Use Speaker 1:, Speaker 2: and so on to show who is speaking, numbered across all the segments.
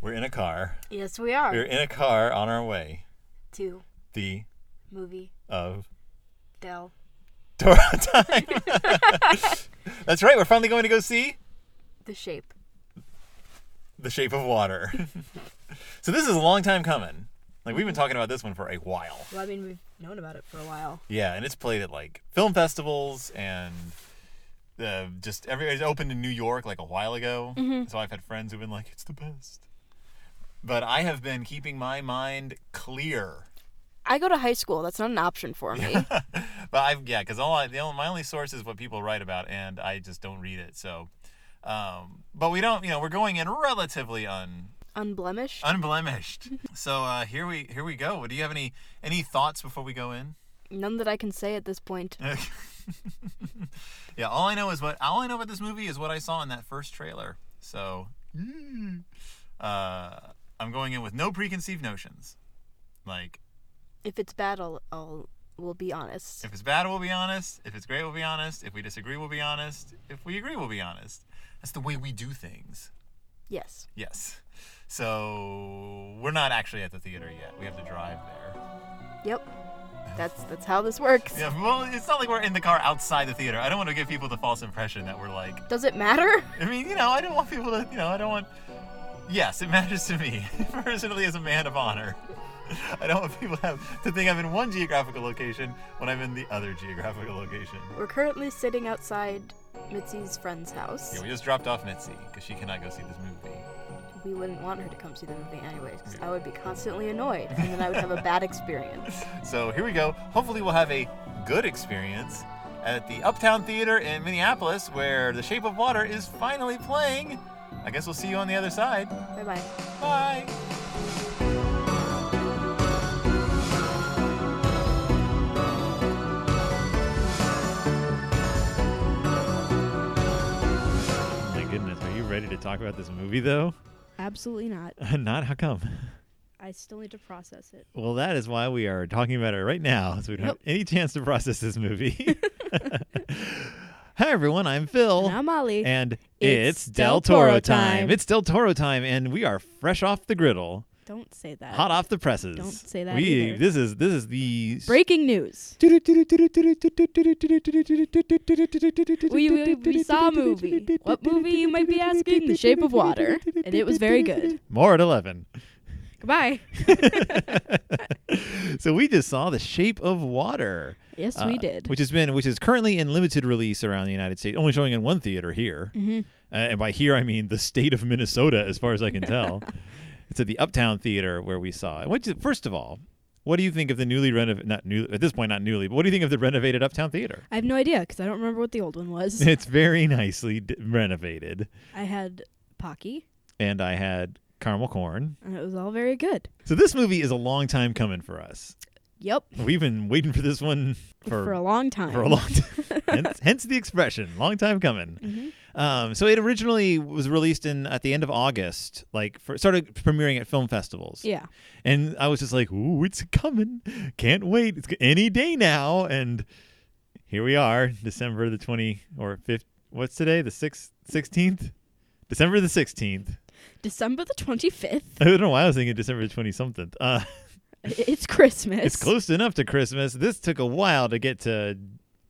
Speaker 1: We're in a car.
Speaker 2: Yes, we are.
Speaker 1: We're in a car on our way.
Speaker 2: to
Speaker 1: The
Speaker 2: movie
Speaker 1: of
Speaker 2: Dell.
Speaker 1: Dora time. That's right. We're finally going to go see
Speaker 2: The shape.
Speaker 1: The Shape of Water. so this is a long time coming. Like we've been talking about this one for a while.
Speaker 2: Well, I mean, we've known about it for a while.
Speaker 1: Yeah, and it's played at like film festivals and uh, just every it opened in New York like a while ago. So I've had friends who've been like, "It's the best." But I have been keeping my mind clear.
Speaker 3: I go to high school. That's not an option for me.
Speaker 1: But I've yeah, because all I, the only, my only source is what people write about, and I just don't read it. So, um, but we don't, you know, we're going in relatively un
Speaker 3: Unblemished.
Speaker 1: unblemished. so uh, here we here we go. Do you have any any thoughts before we go in?
Speaker 3: None that I can say at this point.
Speaker 1: yeah, all I know is what all I know about this movie is what I saw in that first trailer. So, uh, I'm going in with no preconceived notions. Like,
Speaker 3: If it's bad, I'll, I'll we'll be honest.
Speaker 1: if it's bad, we'll be honest. If it's great, we'll be honest. If we disagree, we'll be honest. If we agree, we'll be honest. That's the way we do things.
Speaker 3: Yes.
Speaker 1: Yes. So we're not actually at the theater yet. We have to drive there.
Speaker 3: Yep. That's that's how this works.
Speaker 1: Yeah. Well, it's not like we're in the car outside the theater. I don't want to give people the false impression that we're like
Speaker 3: Does it matter?
Speaker 1: I mean, you know, I don't want people to, you know, I don't want. Yes, it matters to me personally as a man of honor. I don't want people to, have, to think I'm in one geographical location when I'm in the other geographical location.
Speaker 3: We're currently sitting outside Mitzi's friend's house.
Speaker 1: Yeah, we just dropped off Mitzi because she cannot go see this movie.
Speaker 3: we wouldn't want her to come see the movie anyways. 'cause I would be constantly annoyed, and then I would have a bad experience.
Speaker 1: So here we go. Hopefully, we'll have a good experience at the Uptown Theater in Minneapolis where The Shape of Water is finally playing. I guess we'll see you on the other side.
Speaker 3: Bye bye.
Speaker 1: Bye. My goodness, are you ready to talk about this movie though?
Speaker 4: Absolutely not.
Speaker 1: Not how come?
Speaker 4: I still need to process it.
Speaker 1: Well, that is why we are talking about it right now, so we don't have any chance to process this movie. Hi everyone, I'm Phil.
Speaker 4: And I'm Ollie.
Speaker 1: And it's,
Speaker 4: It's
Speaker 1: Del
Speaker 4: Del
Speaker 1: Toro,
Speaker 4: Toro
Speaker 1: time.
Speaker 4: time.
Speaker 1: It's Del Toro time, and we are fresh off the griddle,
Speaker 4: Don't say that.
Speaker 1: hot off the presses.
Speaker 4: Uh, don't say that
Speaker 1: We
Speaker 4: either.
Speaker 1: this is this is the
Speaker 4: Breaking news. We, we, we saw a movie. What movie, you might be asking? The Shape of Water. And it was very good.
Speaker 1: More at eleven.
Speaker 4: Goodbye.
Speaker 1: so we just saw the Shape of Water.
Speaker 4: Yes,
Speaker 1: uh,
Speaker 4: we did.
Speaker 1: Which has been which is currently in limited release around the United States, only showing in one theater here.
Speaker 4: Mm-hmm.
Speaker 1: Uh, and by here I mean the state of Minnesota, as far as I can tell. it's at the Uptown Theater where we saw it. What do- first of all, what do you think of the newly renovated? Not new at this point, not newly, but what do you think of the renovated Uptown Theater?
Speaker 4: I have no idea because I don't remember what the old one was.
Speaker 1: It's very nicely d- renovated,
Speaker 4: I had Pocky,
Speaker 1: and I had caramel corn.
Speaker 4: and it was all very good.
Speaker 1: So this movie is a long time coming for us.
Speaker 4: Yep.
Speaker 1: We've been waiting for this one for,
Speaker 4: For a long time.
Speaker 1: for a long time. hence, hence the expression, long time coming.
Speaker 4: Mm-hmm.
Speaker 1: Um, so it originally was released in at the end of August, like for, started premiering at film festivals.
Speaker 4: Yeah.
Speaker 1: And I was just like, ooh, it's coming. Can't wait. It's any day now. And here we are, December the 20 or 5th. What's today? The 6th, 16th? December the 16th.
Speaker 4: December the 25th.
Speaker 1: I don't know why I was thinking December 20 something. Uh,
Speaker 4: It's Christmas.
Speaker 1: it's close enough to Christmas. This took a while to get to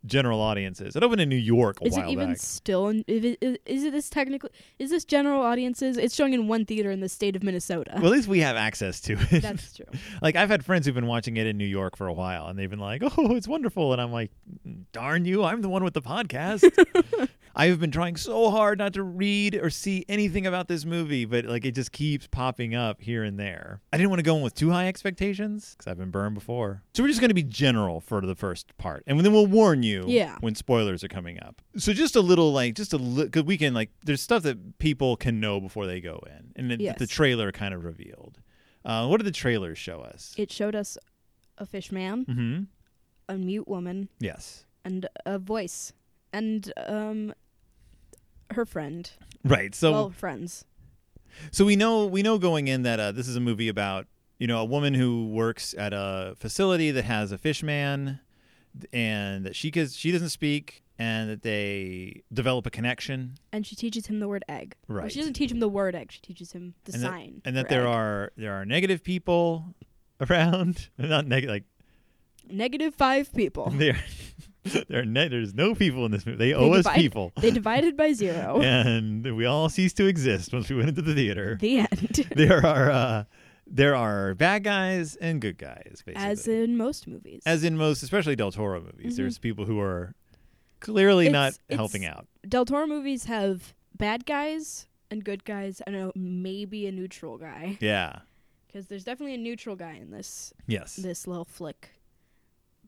Speaker 1: general audiences. It opened in New York a
Speaker 4: Is
Speaker 1: while
Speaker 4: it even
Speaker 1: back.
Speaker 4: still in? Is it, is it this technically? Is this general audiences? It's showing in one theater in the state of Minnesota.
Speaker 1: well, at least we have access to it.
Speaker 4: That's true.
Speaker 1: like I've had friends who've been watching it in New York for a while, and they've been like, "Oh, it's wonderful," and I'm like, "Darn you! I'm the one with the podcast." I have been trying so hard not to read or see anything about this movie, but like it just keeps popping up here and there. I didn't want to go in with too high expectations because I've been burned before. So we're just going to be general for the first part, and then we'll warn you
Speaker 4: Yeah.
Speaker 1: when spoilers are coming up. So just a little, like, just a little, because we can like, there's stuff that people can know before they go in, and then
Speaker 4: Yes.
Speaker 1: the trailer kind of revealed. Uh, what did the trailers show us?
Speaker 4: It showed us a fish man,
Speaker 1: Mm-hmm.
Speaker 4: a mute woman,
Speaker 1: Yes.
Speaker 4: and a voice, and um, her friend.
Speaker 1: Right. So
Speaker 4: well, friends.
Speaker 1: so we know we know going in that uh, this is a movie about you know a woman who works at a facility that has a fish man, and that she can, she doesn't speak. and that they develop a connection,
Speaker 4: and she teaches him the word egg. Or
Speaker 1: right?
Speaker 4: she doesn't teach him the word egg. She teaches him the
Speaker 1: And that-
Speaker 4: sign.
Speaker 1: and that
Speaker 4: for
Speaker 1: there
Speaker 4: egg.
Speaker 1: are there are negative people around, not negative. Like
Speaker 4: negative five people.
Speaker 1: there, there are ne- there's no people in this movie. They owe us
Speaker 4: divide- Oh.
Speaker 1: people,
Speaker 4: they divided by zero.
Speaker 1: and we all cease to exist once we went into the theater.
Speaker 4: The end.
Speaker 1: there are uh, there are bad guys and good guys, basically.
Speaker 4: As in most movies.
Speaker 1: As in most, especially Del Toro movies,
Speaker 4: Mhm.
Speaker 1: there's people who are clearly not
Speaker 4: It's- it's-
Speaker 1: helping out.
Speaker 4: Del Toro movies have bad guys and good guys. I know maybe a neutral guy
Speaker 1: Yeah.
Speaker 4: because there's definitely a neutral guy in this
Speaker 1: Yes.
Speaker 4: this little flick,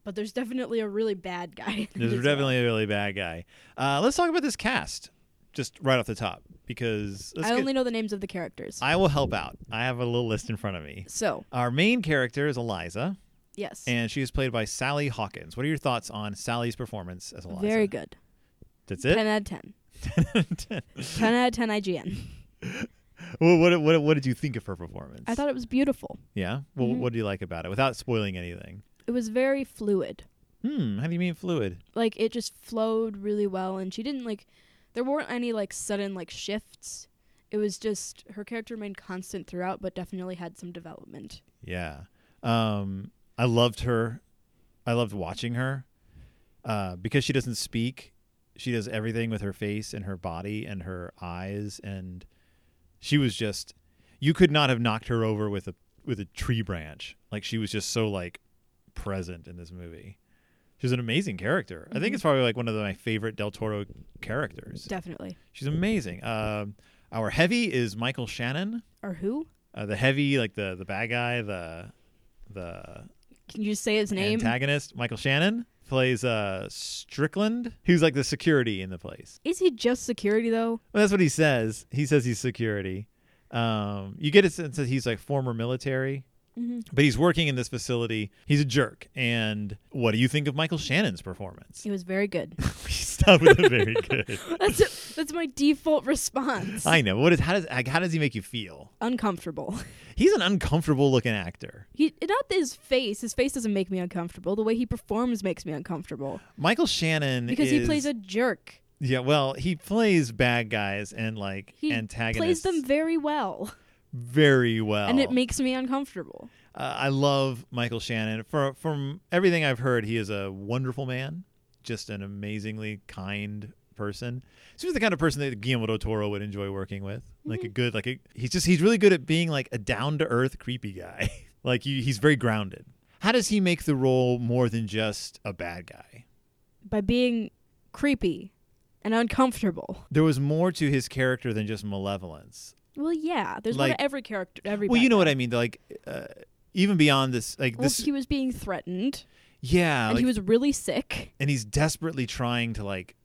Speaker 4: but there's definitely a really bad guy. in
Speaker 1: There's
Speaker 4: this one.
Speaker 1: definitely a really bad guy. Uh, let's talk about this cast just right off the top because let's
Speaker 4: I
Speaker 1: get-
Speaker 4: only know the names of the characters.
Speaker 1: I will help out. I have a little list in front of me.
Speaker 4: so
Speaker 1: Our main character is Eliza,
Speaker 4: yes,
Speaker 1: and she is played by Sally Hawkins. What are your thoughts on Sally's performance as Eliza?
Speaker 4: very good.
Speaker 1: That's
Speaker 4: Ten
Speaker 1: it.
Speaker 4: out of ten. Ten out of ten. IGN.
Speaker 1: well, what, what what did you think of her performance?
Speaker 4: I thought it was beautiful.
Speaker 1: Yeah. Well,
Speaker 4: Mhm.
Speaker 1: what do you like about it? Without spoiling anything.
Speaker 4: It was very fluid.
Speaker 1: Hmm. How do you mean fluid?
Speaker 4: Like it just flowed really well, and she didn't like. There weren't any like sudden like shifts. It was just her character remained constant throughout, but definitely had some development.
Speaker 1: Yeah. Um. I loved her. I loved watching her. Uh, because she doesn't speak, she does everything with her face and her body and her eyes, and she was just. You could not have knocked her over with a with a tree branch. Like she was just so like present in this movie. She's an amazing character. I think it's probably like one of my favorite Del Toro characters.
Speaker 4: Definitely.
Speaker 1: She's amazing. Um, our heavy is Michael Shannon.
Speaker 4: Or who?
Speaker 1: Uh, the heavy, like the the bad guy, the the
Speaker 4: Can you say his name?
Speaker 1: antagonist, Michael Shannon plays uh Strickland, who's like the security in the place.
Speaker 4: Is he just security though?
Speaker 1: Well, that's what he says. He says he's security. Um, you get a sense that he's like former military,
Speaker 4: Mm-hmm.
Speaker 1: but he's working in this facility. He's a jerk. And what do you think of Michael Shannon's performance?
Speaker 4: He was very good.
Speaker 1: we stop with a very good.
Speaker 4: that's it. that's my default response.
Speaker 1: I know. What is how does like, how does he make you feel?
Speaker 4: uncomfortable.
Speaker 1: He's an uncomfortable looking actor.
Speaker 4: He not his face. His face doesn't make me uncomfortable. The way he performs makes me uncomfortable
Speaker 1: Michael Shannon
Speaker 4: because he plays
Speaker 1: is-
Speaker 4: a jerk.
Speaker 1: yeah. Well, he plays bad guys and like
Speaker 4: He
Speaker 1: antagonists
Speaker 4: plays them very well,
Speaker 1: very well.
Speaker 4: and it makes me uncomfortable.
Speaker 1: uh, I love Michael Shannon. For from everything I've heard, he is a wonderful man, just an amazingly kind person. Seems the kind of person that Guillermo del Toro would enjoy working with. Like
Speaker 4: Mm-hmm.
Speaker 1: a good, like a he's just he's really good at being like a down to earth creepy guy. like you, he's very grounded. How does he make the role more than just a bad guy?
Speaker 4: by being creepy and uncomfortable.
Speaker 1: There was more to his character than just malevolence.
Speaker 4: Well, yeah, there's one
Speaker 1: Like-
Speaker 4: to every character. Every
Speaker 1: Well, you know what I mean. Like, uh, even beyond this, like
Speaker 4: Well,
Speaker 1: this,
Speaker 4: he was being threatened,
Speaker 1: yeah,
Speaker 4: and
Speaker 1: like,
Speaker 4: he was really sick.
Speaker 1: and he's desperately trying to like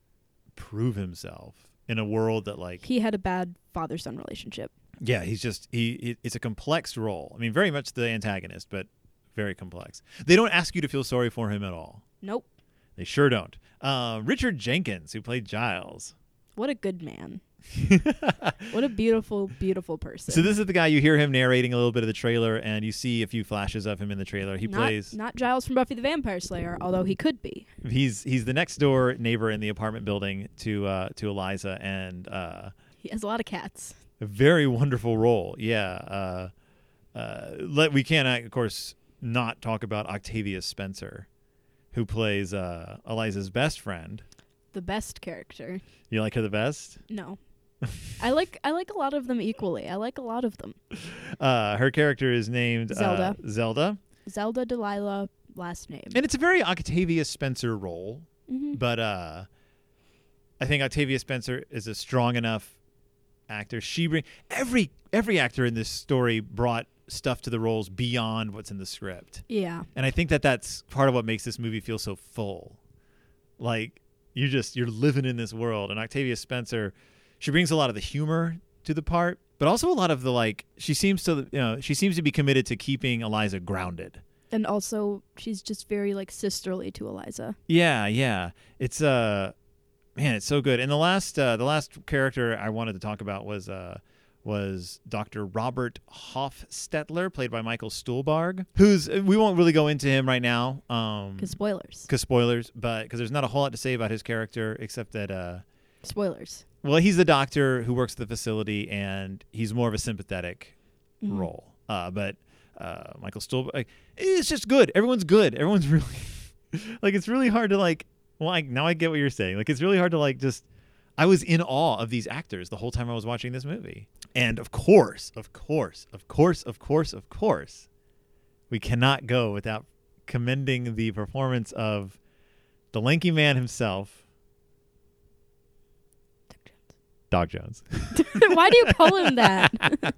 Speaker 1: prove himself in a world that like
Speaker 4: He had a bad father-son relationship.
Speaker 1: yeah he's just he it- it's a complex role i mean very much the antagonist but very complex they don't ask you to feel sorry for him at all
Speaker 4: Nope.
Speaker 1: they sure don't uh, richard jenkins who played giles
Speaker 4: What a good man. What a beautiful, beautiful person.
Speaker 1: so this is the guy you hear him narrating a little bit of the trailer and you see a few flashes of him in the trailer he
Speaker 4: not,
Speaker 1: plays
Speaker 4: not Giles from Buffy the Vampire Slayer, although he could be.
Speaker 1: he's he's the next door neighbor in the apartment building to uh to eliza and uh
Speaker 4: He has a lot of cats.
Speaker 1: a very wonderful role. Yeah. Uh, uh, let we can't, of course, not talk about Octavia Spencer, who plays uh, Eliza's best friend.
Speaker 4: The best character.
Speaker 1: You like her the best.
Speaker 4: No. I like I like a lot of them equally. I like a lot of them.
Speaker 1: Uh, her character is named uh,
Speaker 4: Zelda.
Speaker 1: Zelda,
Speaker 4: Zelda Delilah last name.
Speaker 1: and it's a very Octavia Spencer role,
Speaker 4: Mhm.
Speaker 1: but uh, I think Octavia Spencer is a strong enough actor. She bring every every actor in this story brought stuff to the roles beyond what's in the script.
Speaker 4: Yeah.
Speaker 1: and i think that that's part of what makes this movie feel so full like you're just you're living in this world and octavia spencer she brings a lot of the humor to the part but also a lot of the like she seems to you know she seems to be committed to keeping eliza grounded
Speaker 4: and also she's just very like sisterly to Eliza.
Speaker 1: yeah yeah it's uh man it's so good and the last uh the last character i wanted to talk about was uh was Dr. Robert Hofstetler, played by Michael Stuhlbarg, who's uh, we won't really go into him right now. Um,
Speaker 4: Because spoilers.
Speaker 1: because spoilers, but because there's not a whole lot to say about his character except that, uh,
Speaker 4: Spoilers.
Speaker 1: well, he's the doctor who works at the facility and he's more of a sympathetic
Speaker 4: Mm-hmm.
Speaker 1: role. Uh, but uh, Michael Stuhl, like, it's just good. Everyone's good. Everyone's really, like, it's really hard to, like, well, I, now I get what you're saying. Like, it's really hard to, like, just, I was in awe of these actors the whole time I was watching this movie. And of course, of course, of course, of course, of course, we cannot go without commending the performance of the lanky man himself, Doc Jones.
Speaker 4: Why do you call him that?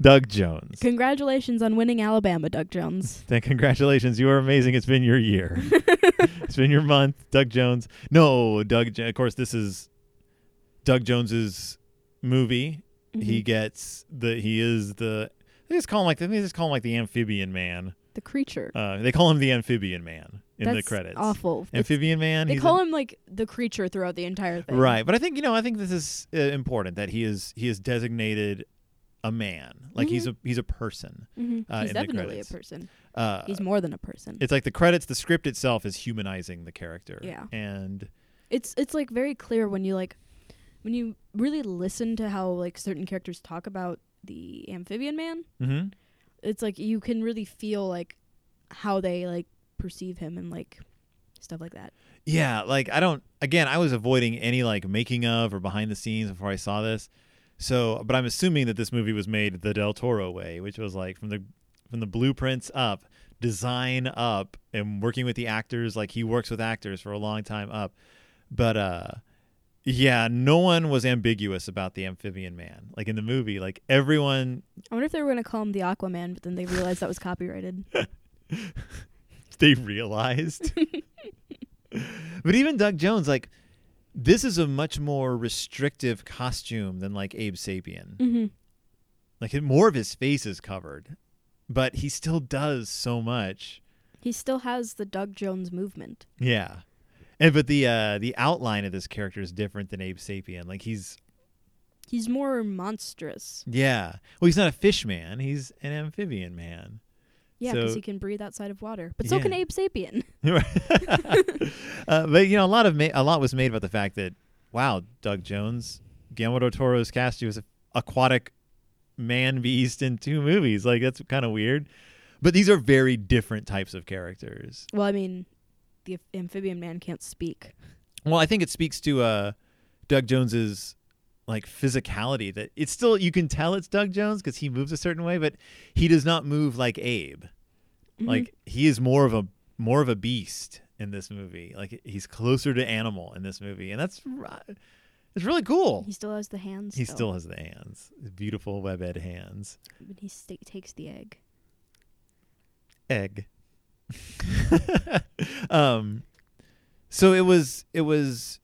Speaker 1: Doug Jones.
Speaker 4: Congratulations on winning Alabama, Doug Jones.
Speaker 1: Then congratulations, you are amazing. It's been your year. it's been your month, Doug Jones. No, Doug. Jo- Of course, this is Doug Jones's movie.
Speaker 4: Mm-hmm.
Speaker 1: He gets the. He is the. They just call him like. They just call him like the amphibian man.
Speaker 4: the creature.
Speaker 1: Uh, they call him the amphibian man in
Speaker 4: That's
Speaker 1: the credits.
Speaker 4: Awful. It's-
Speaker 1: Amphibian man.
Speaker 4: they
Speaker 1: he's
Speaker 4: call
Speaker 1: a-
Speaker 4: him like the creature throughout the entire thing.
Speaker 1: right, but I think you know. I think this is uh, important that he is. He is designated a man. Like he's
Speaker 4: Mm-hmm.
Speaker 1: a he's a person.
Speaker 4: Mhm.
Speaker 1: Uh,
Speaker 4: He's
Speaker 1: in the
Speaker 4: definitely a
Speaker 1: credits.
Speaker 4: person.
Speaker 1: Uh,
Speaker 4: He's more than a person.
Speaker 1: it's like the credits the script itself is humanizing the character
Speaker 4: Yeah.
Speaker 1: and
Speaker 4: it's it's like very clear when you like when you really listen to how like certain characters talk about the amphibian man
Speaker 1: Mhm.
Speaker 4: it's like you can really feel like how they like perceive him and like stuff like that
Speaker 1: yeah like i don't again i was avoiding any like making of or behind the scenes before i saw this so but i'm assuming that this movie was made the del toro way which was like from the from the blueprints up design up and working with the actors like he works with actors for a long time up but uh yeah no one was ambiguous about the amphibian man like in the movie like everyone
Speaker 4: i wonder if they were going to call him the aquaman but then they realized that was copyrighted
Speaker 1: they realized. but even Doug Jones, like, this is a much more restrictive costume than like Abe Sapien.
Speaker 4: mm-hmm.
Speaker 1: Like, more of his face is covered, but he still does so much.
Speaker 4: he still has the doug jones movement
Speaker 1: Yeah, and but the uh, the outline of this character is different than Abe Sapien. Like, he's
Speaker 4: he's more monstrous
Speaker 1: yeah, well, he's not a fish man. He's an amphibian man.
Speaker 4: yeah because
Speaker 1: So-
Speaker 4: he can breathe outside of water but so
Speaker 1: Yeah.
Speaker 4: can abe sapien
Speaker 1: uh, but you know, a lot of ma- a lot was made about the fact that wow, Doug Jones, Guillermo del Toro's cast you as an aquatic man beast in two movies. Like that's kind of weird. But these are very different types of characters.
Speaker 4: well i mean the amphibian man can't speak
Speaker 1: Well, I think it speaks to uh, Doug Jones's like physicality that it's still you can tell it's Doug Jones because he moves a certain way, but he does not move like Abe.
Speaker 4: Mhm.
Speaker 1: Like he is more of a more of a beast in this movie. Like he's closer to animal in this movie, and that's ri- it's really cool.
Speaker 4: he still has the hands
Speaker 1: he
Speaker 4: though.
Speaker 1: still has the hands, the beautiful webbed hands.
Speaker 4: when he sta takes the egg.
Speaker 1: Egg. um, so it was it was,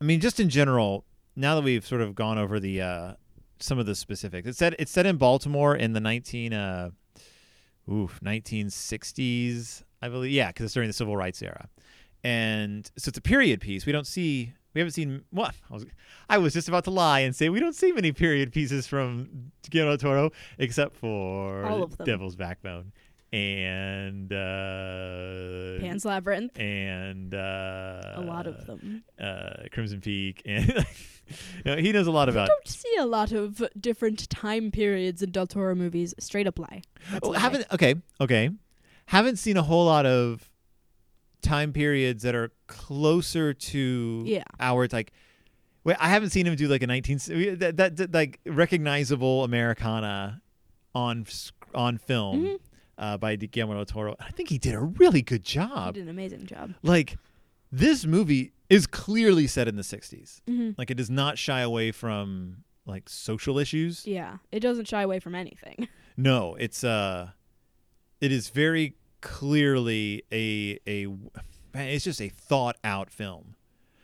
Speaker 1: I mean, just in general. Now that we've sort of gone over the uh, some of the specifics, it's set it's set in Baltimore in the nineteen uh, oof nineteen sixties, I believe. Yeah, because it's during the Civil Rights era, and so it's a period piece. We don't see we haven't seen what I was I was just about to lie and say we don't see many period pieces from Guillermo del Toro except for
Speaker 4: All of them.
Speaker 1: Devil's Backbone and uh,
Speaker 4: Pan's Labyrinth.
Speaker 1: and uh,
Speaker 4: a lot of them.
Speaker 1: uh, Crimson Peak and no, he knows a lot about.
Speaker 4: Don't see a lot of different time periods in Del Toro movies. Straight up lie. That's a
Speaker 1: Oh,
Speaker 4: lie.
Speaker 1: haven't okay okay haven't seen a whole lot of time periods that are closer to
Speaker 4: Yeah.
Speaker 1: our like wait i haven't seen him do like a 19 that, that, that like recognizable americana on s- on film
Speaker 4: Mhm.
Speaker 1: uh, by guillermo del toro i think he did a really good
Speaker 4: You
Speaker 1: job
Speaker 4: did an amazing job.
Speaker 1: like this movie is clearly set in the 60s
Speaker 4: hmm
Speaker 1: like it does not shy away from like social issues
Speaker 4: Yeah, it doesn't shy away from anything.
Speaker 1: no, it's uh it is very clearly a a man, it's just a thought out film.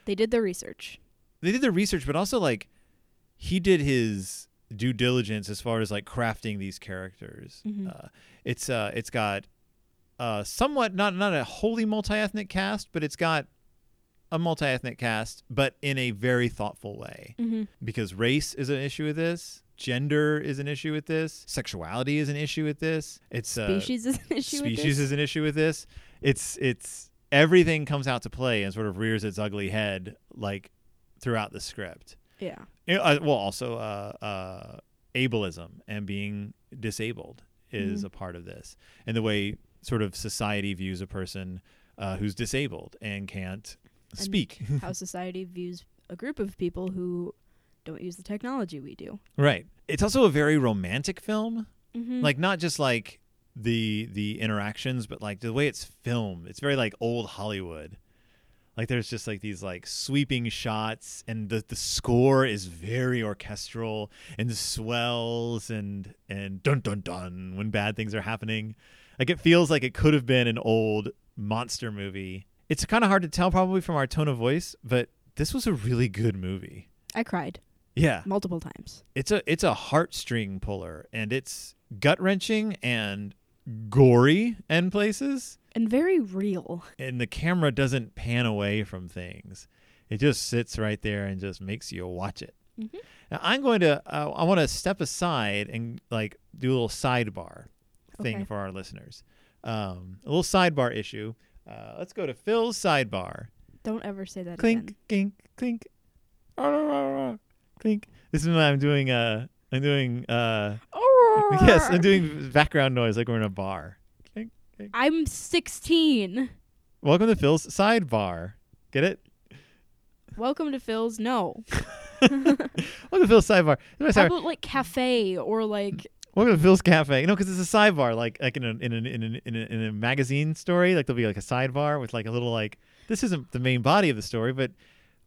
Speaker 4: They did their research.
Speaker 1: They did their research, but also like he did his due diligence as far as like crafting these characters.
Speaker 4: Mhm.
Speaker 1: Uh, it's uh it's got uh somewhat not not a wholly multi ethnic cast, but it's got a multi ethnic cast, but in a very thoughtful way
Speaker 4: Mm-hmm.
Speaker 1: because race is an issue with this. gender is an issue with this. Sexuality is an issue with this. It's uh,
Speaker 4: Species is an issue.
Speaker 1: species
Speaker 4: with this.
Speaker 1: is an issue with this. It's it's everything comes out to play and sort of rears its ugly head like throughout the script.
Speaker 4: yeah.
Speaker 1: You know, uh, well, also uh, uh, ableism and being disabled is
Speaker 4: Mhm.
Speaker 1: a part of this, and the way sort of society views a person uh, who's disabled and can't
Speaker 4: And
Speaker 1: speak.
Speaker 4: how society views a group of people who don't use the technology we do.
Speaker 1: right. It's also a very romantic film.
Speaker 4: Mm-hmm.
Speaker 1: like not just like the the interactions but like the way it's filmed it's very like old hollywood like there's just like these like sweeping shots and the the score is very orchestral and swells and and dun dun dun when bad things are happening like it feels like it could have been an old monster movie it's kind of hard to tell probably from our tone of voice but this was a really good movie
Speaker 4: I cried
Speaker 1: yeah
Speaker 4: multiple times.
Speaker 1: it's a it's a heartstring puller and it's gut wrenching and gory in places
Speaker 4: And very real.
Speaker 1: and the camera doesn't pan away from things it just sits right there and just makes you watch it
Speaker 4: Mhm.
Speaker 1: now i'm going to uh, i want to step aside and like do a little sidebar thing
Speaker 4: Okay.
Speaker 1: for our listeners um, a little sidebar issue uh, let's go to phil's sidebar
Speaker 4: Don't ever say that
Speaker 1: clink
Speaker 4: again.
Speaker 1: clink clink clink this is when i'm doing uh i'm doing uh yes, I'm doing background noise like we're in a bar.
Speaker 4: I'm 16.
Speaker 1: Welcome to Phil's sidebar. Get it?
Speaker 4: Welcome to Phil's. No.
Speaker 1: Welcome to Phil's sidebar. No,
Speaker 4: How
Speaker 1: sorry.
Speaker 4: about like cafe or like
Speaker 1: Welcome to Phil's cafe. No, because it's a sidebar, like like in a in a, in a, in, a, in a magazine story. Like there'll be like a sidebar with like a little like this isn't the main body of the story, but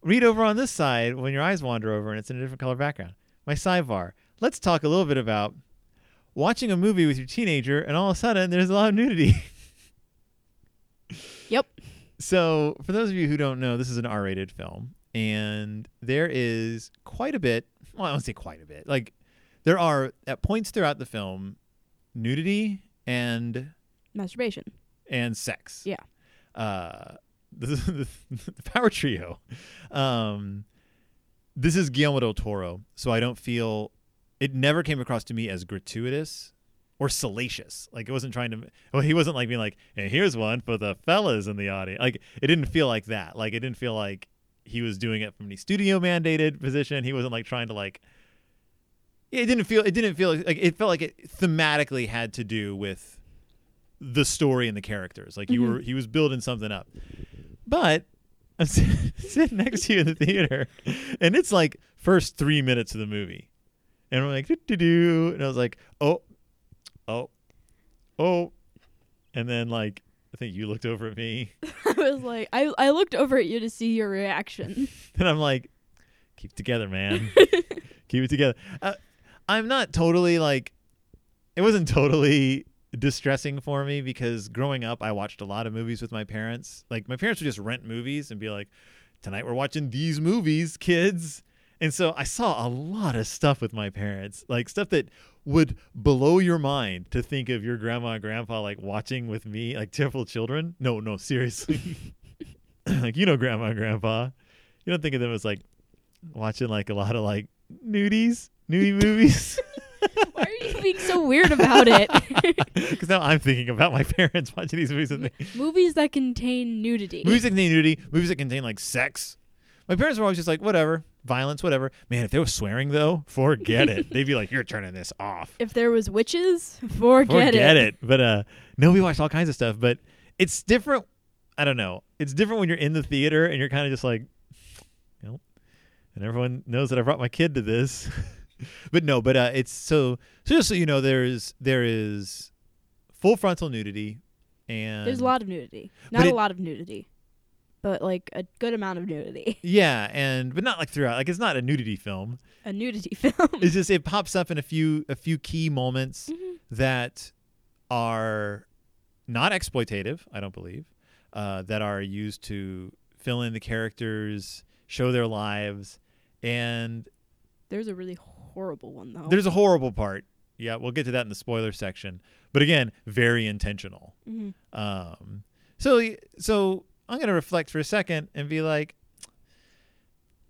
Speaker 1: read over on this side when your eyes wander over and it's in a different color background. My sidebar. Let's talk a little bit about watching a movie with your teenager, and all of a sudden there's a lot of nudity.
Speaker 4: Yep.
Speaker 1: So, for those of you who don't know, this is an R-rated film, and there is quite a bit. Well, I don't say quite a bit. Like, there are at points throughout the film, nudity and
Speaker 4: masturbation?
Speaker 1: and sex.
Speaker 4: Yeah.
Speaker 1: Uh, the, the, the power trio. Um, this is Guillermo del Toro, so I don't feel it never came across to me as gratuitous or salacious. Like it wasn't trying to. Well, he wasn't like being like, "Hey, here's one for the fellas in the audience." Like it didn't feel like that. Like it didn't feel like he was doing it from any studio mandated position. He wasn't like trying to like. It didn't feel. It didn't feel like it felt like it thematically had to do with the story and the characters. Like you
Speaker 4: Mhm.
Speaker 1: were, he was building something up. But I'm sit- sitting next to you in the theater, and it's like first three minutes of the movie, and I'm like, do do, and I was like, oh, oh, oh, and then like I think you looked over at me,
Speaker 4: I was like, I, I looked over at you to see your reaction.
Speaker 1: and I'm like, keep it together, man, keep it together. Uh, I'm not totally like, it wasn't totally distressing for me because growing up, I watched a lot of movies with my parents. Like my parents would just rent movies and be like, tonight we're watching these movies, kids. And so I saw a lot of stuff with my parents, like stuff that would blow your mind to think of your grandma and grandpa like watching with me, like tearful children. No, no, seriously. like you know grandma and grandpa. You don't think of them as like watching like a lot of like nudies, nudie movies.
Speaker 4: Why are you being so weird about it?
Speaker 1: Because now I'm thinking about my parents watching these movies with me.
Speaker 4: Movies that contain nudity.
Speaker 1: Movies that contain nudity, movies that contain like sex. My parents were always just like, whatever, violence, whatever. Man, if they were swearing though, forget it. They'd be like, you're turning this off.
Speaker 4: If there was witches, forget,
Speaker 1: Forget it. But uh, no, we watched all kinds of stuff. But it's different. I don't know. It's different when you're in the theater and you're kind of just like, well, and everyone knows that I brought my kid to this. but no, but uh, it's so. So just so you know, there is there is full frontal nudity, and
Speaker 4: There's a lot of nudity.
Speaker 1: But
Speaker 4: Not
Speaker 1: it-
Speaker 4: a lot of nudity, but like a good amount of nudity.
Speaker 1: Yeah, and but not like throughout. Like it's not a nudity film.
Speaker 4: A nudity film.
Speaker 1: It's just it pops up in a few a few key moments
Speaker 4: Mhm.
Speaker 1: that are not exploitative. I don't believe uh, that are used to fill in the characters, show their lives, and
Speaker 4: There's a really horrible one though.
Speaker 1: there's a horrible part. Yeah, we'll get to that in the spoiler section. But again, very intentional.
Speaker 4: Mhm.
Speaker 1: Um, so so I'm gonna reflect for a second and be like,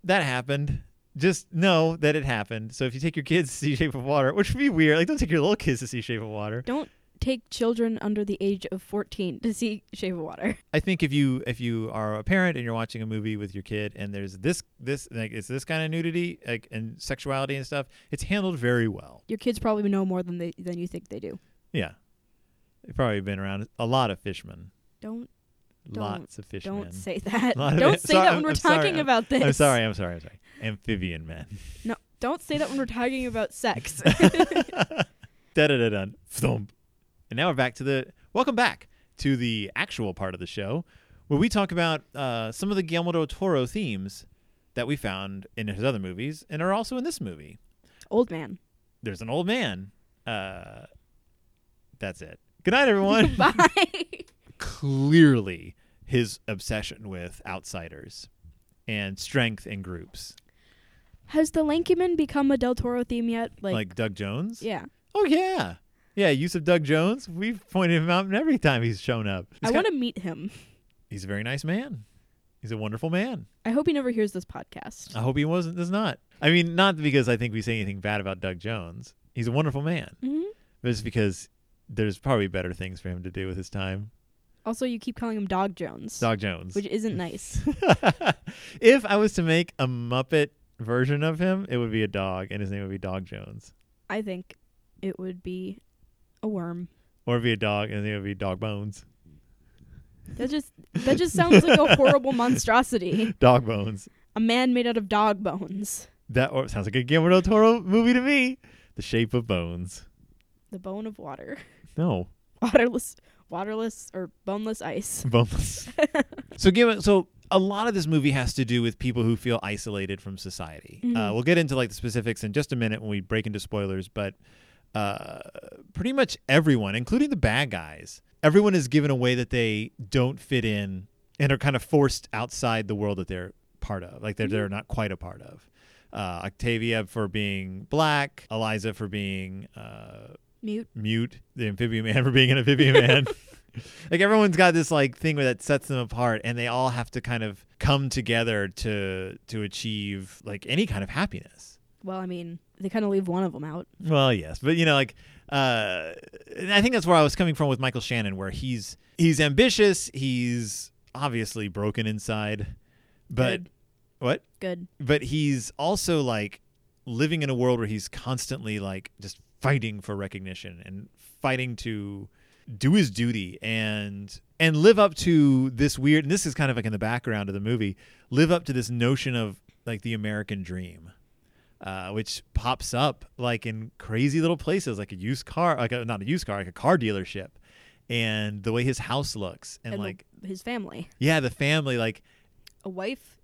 Speaker 1: that happened. just know that it happened. So if you take your kids to see Shape of Water, which would be weird, like don't take your little kids to see Shape of Water.
Speaker 4: Don't take children under the age of 14 to see Shape of Water.
Speaker 1: I think if you if you are a parent and you're watching a movie with your kid and there's this this like it's this kind of nudity like and sexuality and stuff, it's handled very well.
Speaker 4: Your kids probably know more than they than you think they do.
Speaker 1: Yeah, they've probably been around a lot of fishmen,
Speaker 4: Don't Don't-
Speaker 1: lots of fishmen.
Speaker 4: don't say that.
Speaker 1: Lot of
Speaker 4: Don't
Speaker 1: it-
Speaker 4: say
Speaker 1: sorry,
Speaker 4: that when we're
Speaker 1: I'm sorry,
Speaker 4: talking about this.
Speaker 1: I'm sorry, I'm sorry, I'm sorry. Amphibian men.
Speaker 4: No, don't say that when we're talking about sex.
Speaker 1: da da da da. Thump. And now we're back to the welcome back to the actual part of the show where we talk about uh, some of the Guillermo del Toro themes that we found in his other movies and are also in this movie.
Speaker 4: Old man.
Speaker 1: There's an old man. Uh, that's it. Good night, everyone.
Speaker 4: Bye.
Speaker 1: Clearly, his obsession with outsiders and strength in groups,
Speaker 4: Has the Lankyman become a Del Toro theme yet? Like,
Speaker 1: like, Doug Jones.
Speaker 4: yeah.
Speaker 1: Oh yeah, yeah. Use of Doug Jones. We've pointed him out every time he's shown up. He's
Speaker 4: I
Speaker 1: got-
Speaker 4: want to meet him.
Speaker 1: he's a very nice man. He's a wonderful man.
Speaker 4: I hope he never hears this podcast.
Speaker 1: I hope he wasn't does not. I mean, not because I think we say anything bad about Doug Jones. He's a wonderful man,
Speaker 4: hmm
Speaker 1: but it's because there's probably better things for him to do with his time.
Speaker 4: Also, you keep calling him Dog Jones,
Speaker 1: Doug Jones.
Speaker 4: which isn't nice.
Speaker 1: if I was to make a Muppet version of him, it would be a dog, and his name would be Dog Jones,
Speaker 4: I think it would be a worm.
Speaker 1: or it'd be a dog, and his name would be Dog Bones.
Speaker 4: That just that just sounds like a horrible monstrosity.
Speaker 1: Dog Bones.
Speaker 4: A man made out of dog bones.
Speaker 1: That or, sounds like a Guillermo del Toro movie to me. The Shape of Bones.
Speaker 4: The bone of water.
Speaker 1: No,
Speaker 4: Waterless waterless or boneless ice.
Speaker 1: boneless. so given so a lot of this movie has to do with people who feel isolated from society. Uh,
Speaker 4: Mhm.
Speaker 1: we'll get into like the specifics in just a minute when we break into spoilers, but uh, pretty much everyone, including the bad guys, everyone is given a way that they don't fit in and are kind of forced outside the world that they're part of, like they're, they're not quite a part of. Uh, Octavia for being black, Eliza for being uh,
Speaker 4: Mute.
Speaker 1: mute the amphibian man for being an amphibian man. like everyone's got this like thing where that sets them apart and they all have to kind of come together to to achieve like any kind of happiness.
Speaker 4: Well, I mean, they kind of leave one of them out.
Speaker 1: Well, yes, but you know like uh and I think that's where I was coming from with Michael Shannon where he's he's ambitious, he's obviously broken inside. But
Speaker 4: Good.
Speaker 1: what?
Speaker 4: Good.
Speaker 1: but he's also like living in a world where he's constantly like just fighting for recognition and fighting to do his duty and and live up to this weird and this is kind of like in the background of the movie live up to this notion of like the american dream uh, which pops up like in crazy little places like a used car like a, not a used car like a car dealership and the way his house looks and,
Speaker 4: And the-
Speaker 1: like
Speaker 4: his family.
Speaker 1: yeah the family like
Speaker 4: A wife,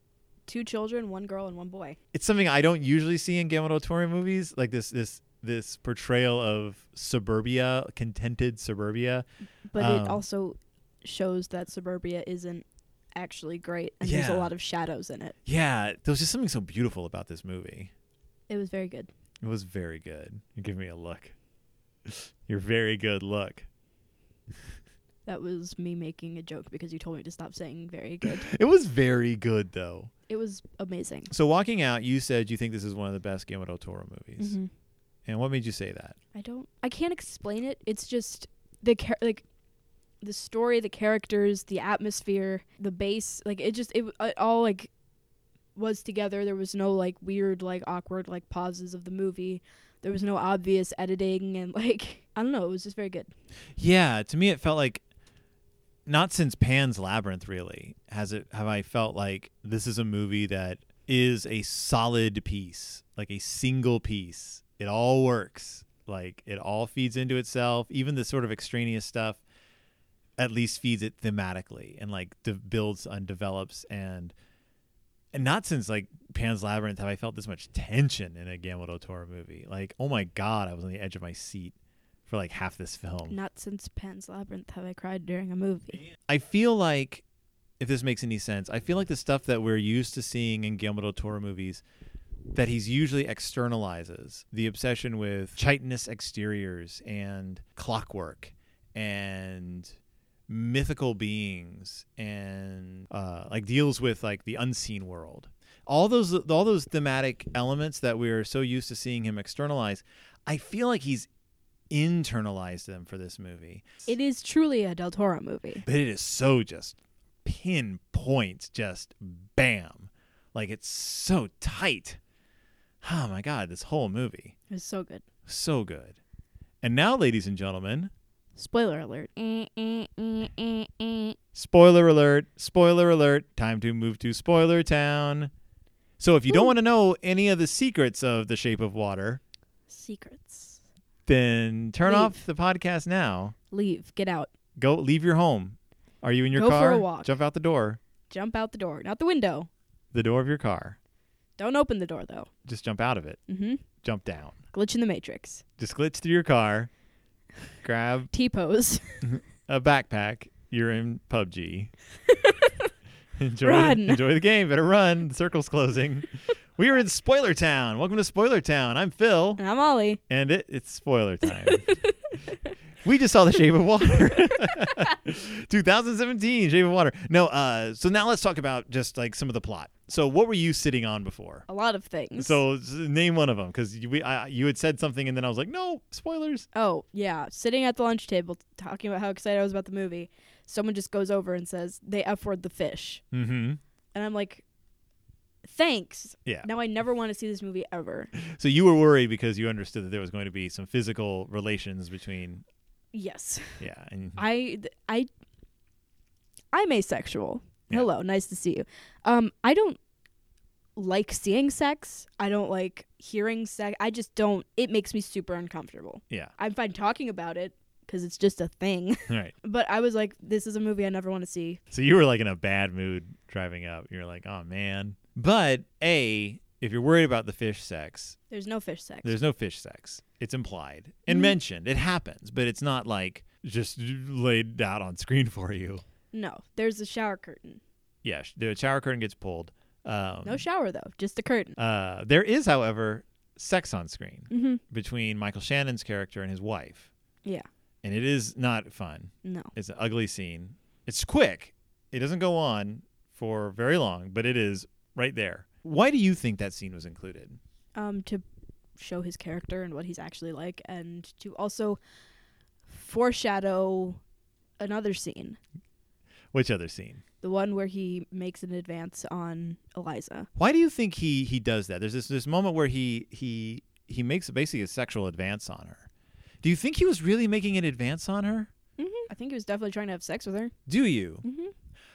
Speaker 4: two children, one girl and one boy.
Speaker 1: it's something I don't usually see in Guillermo del Toro movies, like this this this portrayal of suburbia, contented suburbia.
Speaker 4: But
Speaker 1: Um,
Speaker 4: it also shows that suburbia isn't actually great and there's
Speaker 1: Yeah.
Speaker 4: a lot of shadows in it.
Speaker 1: Yeah, there was just something so beautiful about this movie.
Speaker 4: It was very good.
Speaker 1: It was very good. You give me a look. Your very good look.
Speaker 4: That was me making a joke because you told me to stop saying very good.
Speaker 1: It was very good though.
Speaker 4: it was amazing.
Speaker 1: So walking out, you said you think this is one of the best Guillermo del Toro movies.
Speaker 4: Mhm.
Speaker 1: And what made you say that?
Speaker 4: I don't I can't explain it. It's just the char- like the story, the characters, the atmosphere, the base, like it just it, uh, it all like was together. There was no like weird like awkward like pauses of the movie. There was no obvious editing and like I don't know, it was just very good.
Speaker 1: Yeah, to me it felt like not since Pan's Labyrinth really has it have I felt like this is a movie that is a solid piece, like a single piece. It all works. Like it all feeds into itself, even the sort of extraneous stuff at least feeds it thematically and like de- builds and develops and and not since like Pan's Labyrinth have I felt this much tension in a Guillermo del Toro movie. Like, oh my god, I was on the edge of my seat for like half this film.
Speaker 4: Not since Pan's Labyrinth have I cried during a movie.
Speaker 1: I feel like if this makes any sense, I feel like the stuff that we're used to seeing in Guillermo del Toro movies that he's usually externalizes the obsession with chitinous exteriors and clockwork and mythical beings and uh, like deals with like the unseen world. all those all those thematic elements that we are so used to seeing him externalize, I feel like he's internalized them for this movie.
Speaker 4: It is truly a Del Toro movie.
Speaker 1: But it is so just pinpoint, just bam. Like it's so tight. Oh my god, this whole movie.
Speaker 4: It's so good.
Speaker 1: So good. And now, ladies and gentlemen,
Speaker 4: Spoiler alert.
Speaker 1: spoiler alert, spoiler alert, time to move to spoiler town. So if you don't want to know any of the secrets of the shape of water,
Speaker 4: Secrets.
Speaker 1: then turn
Speaker 4: Leave.
Speaker 1: off the podcast now.
Speaker 4: Leave. Get out.
Speaker 1: Go leave your home. Are you in your
Speaker 4: Go for
Speaker 1: car?
Speaker 4: a walk.
Speaker 1: Jump out the door.
Speaker 4: Jump out the door. Not the window.
Speaker 1: The door of your car.
Speaker 4: Don't open the door though.
Speaker 1: Just jump out of it.
Speaker 4: Mm-hmm.
Speaker 1: Jump down.
Speaker 4: Glitch in the Matrix.
Speaker 1: Just glitch through your car. Grab
Speaker 4: T pose.
Speaker 1: a backpack. You're in PUBG. enjoy,
Speaker 4: Run.
Speaker 1: enjoy the game. Better run. The circle's closing. we are in Spoiler Town. Welcome to Spoiler Town. I'm Phil,
Speaker 4: and I'm Ollie.
Speaker 1: and it, it's spoiler time. we just saw The Shape of Water. 2017, Shape of Water. No, uh, so now let's talk about just like some of the plot. So, what were you sitting on before?
Speaker 4: A lot of things.
Speaker 1: So, s- name one of them because you, we- I- you had said something, and then I was like, no, spoilers.
Speaker 4: Oh, yeah. Sitting at the lunch table t- talking about how excited I was about the movie, someone just goes over and says, they F word the fish.
Speaker 1: Mm hmm.
Speaker 4: And I'm like, thanks.
Speaker 1: Yeah.
Speaker 4: Now I never want to see this movie ever.
Speaker 1: So you were worried because you understood that there was going to be some physical relations between
Speaker 4: Yes.
Speaker 1: yeah and
Speaker 4: I, th- I, I'm asexual.
Speaker 1: Yeah.
Speaker 4: Hello. Nice to see you. Um, I don't like seeing sex. I don't like hearing sex. I just don't. It makes me super uncomfortable.
Speaker 1: yeah.
Speaker 4: I'm fine talking about it because it's just a thing.
Speaker 1: All right.
Speaker 4: but I was like, this is a movie I never want to see.
Speaker 1: So you were like in a bad mood driving up. You're like, "Oh man." But A, if you're worried about the fish sex,
Speaker 4: There's no fish sex.
Speaker 1: there's no fish sex. It's implied and
Speaker 4: Mm-hmm.
Speaker 1: mentioned. It happens, but it's not like just laid out on screen for you.
Speaker 4: No, there's a shower curtain.
Speaker 1: Yeah, sh- the shower curtain gets pulled. Um,
Speaker 4: No shower though, just a curtain.
Speaker 1: uh, there is, however, sex on screen
Speaker 4: Mhm.
Speaker 1: between Michael Shannon's character and his wife,
Speaker 4: Yeah.
Speaker 1: and it is not fun.
Speaker 4: No.
Speaker 1: It's an ugly scene. It's quick. It doesn't go on for very long, but it is right there. Why do you think that scene was included?
Speaker 4: Um to show his character and what he's actually like and to also foreshadow another scene,
Speaker 1: Which other scene?
Speaker 4: the one where he makes an advance on Eliza.
Speaker 1: Why do you think he he does that? There's this this moment where he he he makes basically a sexual advance on her. Do you think he was really making an advance on her?
Speaker 4: I think he was definitely trying to have sex with her.
Speaker 1: Do you?
Speaker 4: Mhm.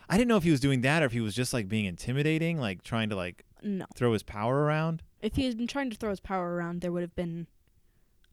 Speaker 1: I didn't know if he was doing that or if he was just like being intimidating, like trying to like
Speaker 4: No.
Speaker 1: throw his power around.
Speaker 4: If he had been trying to throw his power around, there would have been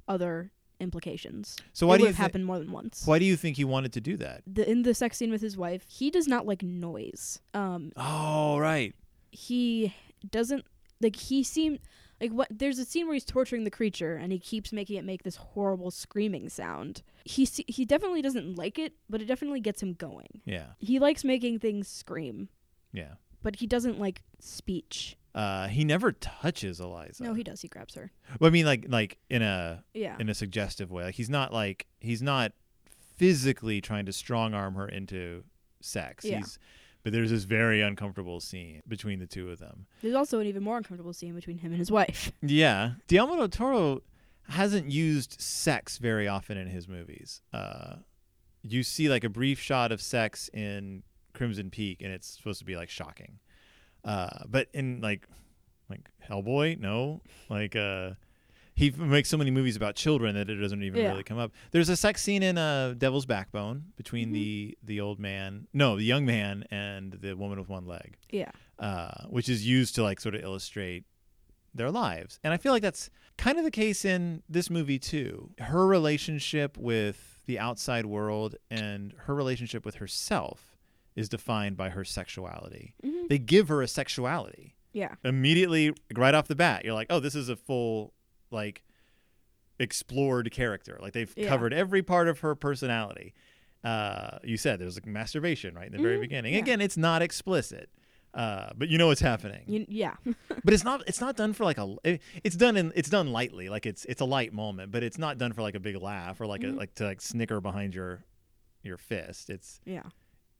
Speaker 4: other implications.
Speaker 1: So why
Speaker 4: it
Speaker 1: do
Speaker 4: would
Speaker 1: you
Speaker 4: have
Speaker 1: thi-
Speaker 4: happened more than once?
Speaker 1: why do you think he wanted to do that?
Speaker 4: The, in the sex scene with his wife, he does not like noise. Um,
Speaker 1: Oh, right.
Speaker 4: he doesn't like he seemed like what there's a scene where he's torturing the creature and he keeps making it make this horrible screaming sound. He se- he definitely doesn't like it, but it definitely gets him going.
Speaker 1: Yeah.
Speaker 4: He likes making things scream,
Speaker 1: Yeah.
Speaker 4: but he doesn't like speech.
Speaker 1: Uh, he never touches Eliza.
Speaker 4: No, he does. He grabs her.
Speaker 1: Well, I mean, like, like in a
Speaker 4: Yeah.
Speaker 1: in a suggestive way. Like, he's not like he's not physically trying to strong arm her into sex.
Speaker 4: Yeah.
Speaker 1: He's, but there's this very uncomfortable scene between the two of them.
Speaker 4: There's also an even more uncomfortable scene between him and his wife.
Speaker 1: Yeah, Guillermo del Toro hasn't used sex very often in his movies. Uh, you see like a brief shot of sex in Crimson Peak, and it's supposed to be like shocking. Uh, but in like like Hellboy, no, like uh, he f- makes so many movies about children that it doesn't even
Speaker 4: Yeah.
Speaker 1: really come up. There's a sex scene in uh, Devil's Backbone between the the old man, no, the young man and the woman with one leg
Speaker 4: Yeah.
Speaker 1: uh, which is used to like sort of illustrate their lives. And I feel like that's kind of the case in this movie too. Her relationship with the outside world and her relationship with herself is defined by her sexuality.
Speaker 4: Mhm.
Speaker 1: They give her a sexuality
Speaker 4: Yeah.
Speaker 1: immediately right off the bat. You're like, "Oh, this is a full like explored character. Like they've
Speaker 4: Yeah.
Speaker 1: covered every part of her personality." Uh, you said there's like masturbation right in the very
Speaker 4: Mhm.
Speaker 1: beginning.
Speaker 4: Yeah.
Speaker 1: Again, it's not explicit, uh, but you know it's happening.
Speaker 4: You, yeah.
Speaker 1: but it's not it's not done for like a it- it's done in it's done lightly. Like it's it's a light moment, but it's not done
Speaker 4: Mm-hmm.
Speaker 1: for like a big laugh or like a like to like snicker behind your your fist. It's
Speaker 4: yeah.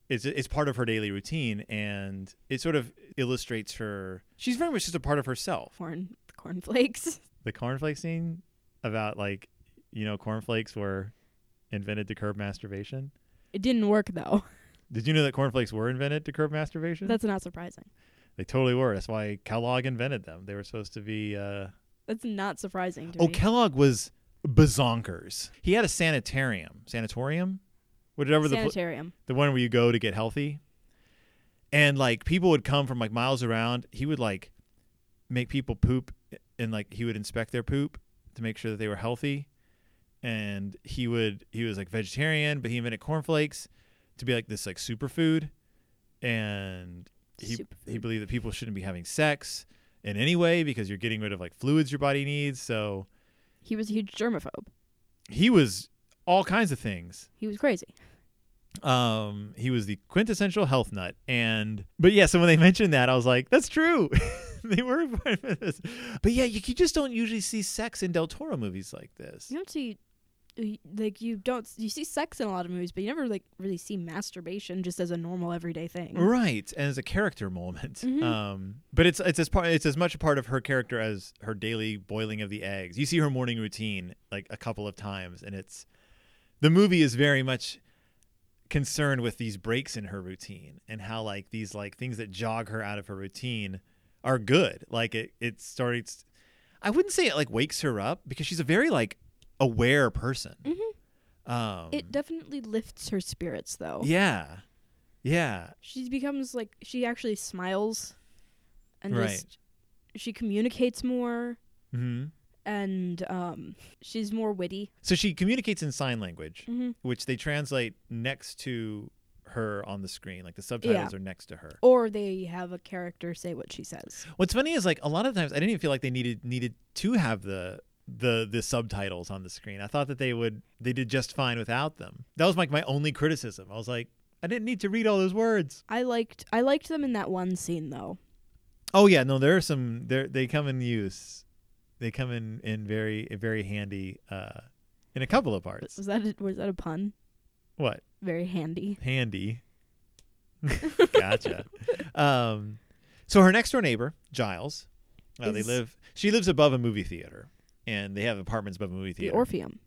Speaker 1: it's it's part of her daily routine, and it sort of illustrates her. She's very much just a part of herself.
Speaker 4: corn cornflakes.
Speaker 1: The cornflake scene about like you know cornflakes were invented to curb masturbation.
Speaker 4: It didn't work though.
Speaker 1: Did you know that cornflakes were invented to curb masturbation?
Speaker 4: That's not surprising.
Speaker 1: they totally were. That's why Kellogg invented them. They were supposed to be. Uh,
Speaker 4: That's not surprising to
Speaker 1: oh,
Speaker 4: me.
Speaker 1: Kellogg was bazonkers. He had a sanitarium, sanatorium, whatever the pl-
Speaker 4: Sanitarium.
Speaker 1: the one where you go to get healthy. And like people would come from like miles around. He would like make people poop and like he would inspect their poop to make sure that they were healthy. And he would he was like vegetarian, but he invented cornflakes to be like this like superfood. And he he
Speaker 4: Superfood.
Speaker 1: believed that people shouldn't be having sex in any way because you're getting rid of like fluids your body needs. So
Speaker 4: He was a huge germaphobe.
Speaker 1: he was all kinds of things.
Speaker 4: He was crazy.
Speaker 1: um he was the quintessential health nut and but yeah so when they mentioned that i was like that's true they were a part of this but yeah you, you just don't usually see sex in del toro movies like this
Speaker 4: You don't see you- like you don't you see sex in a lot of movies, but you never like really see masturbation just as a normal everyday thing.
Speaker 1: right and as a character moment
Speaker 4: Mhm.
Speaker 1: um but it's it's as part it's as much a part of her character as her daily boiling of the eggs you see her morning routine like a couple of times and it's the movie is very much concerned with these breaks in her routine and how like these like things that jog her out of her routine are good like it it starts i wouldn't say it like wakes her up because she's a very like aware person um
Speaker 4: It definitely lifts her spirits though.
Speaker 1: yeah yeah
Speaker 4: She becomes like she actually smiles and
Speaker 1: Right.
Speaker 4: just she communicates more
Speaker 1: hmm
Speaker 4: and um she's more witty.
Speaker 1: so she communicates in sign language
Speaker 4: Mm-hmm.
Speaker 1: which they translate next to her on the screen like the subtitles are next to her
Speaker 4: Or they have a character say what she says.
Speaker 1: what's funny is like a lot of times i didn't even feel like they needed needed to have the the the subtitles on the screen i thought that they would they did just fine without them that was like my only criticism i was like i didn't need to read all those words
Speaker 4: I liked I liked them in that one scene though.
Speaker 1: oh yeah no there are some there they come in use they come in in very very handy uh in a couple of parts
Speaker 4: Was that a, was that a pun?
Speaker 1: what
Speaker 4: Very handy.
Speaker 1: handy. gotcha. um, so her next door neighbor, Giles, uh, they
Speaker 4: Is-
Speaker 1: live. She lives above a movie theater, and they have apartments above a movie
Speaker 4: the
Speaker 1: theater.
Speaker 4: Orpheum,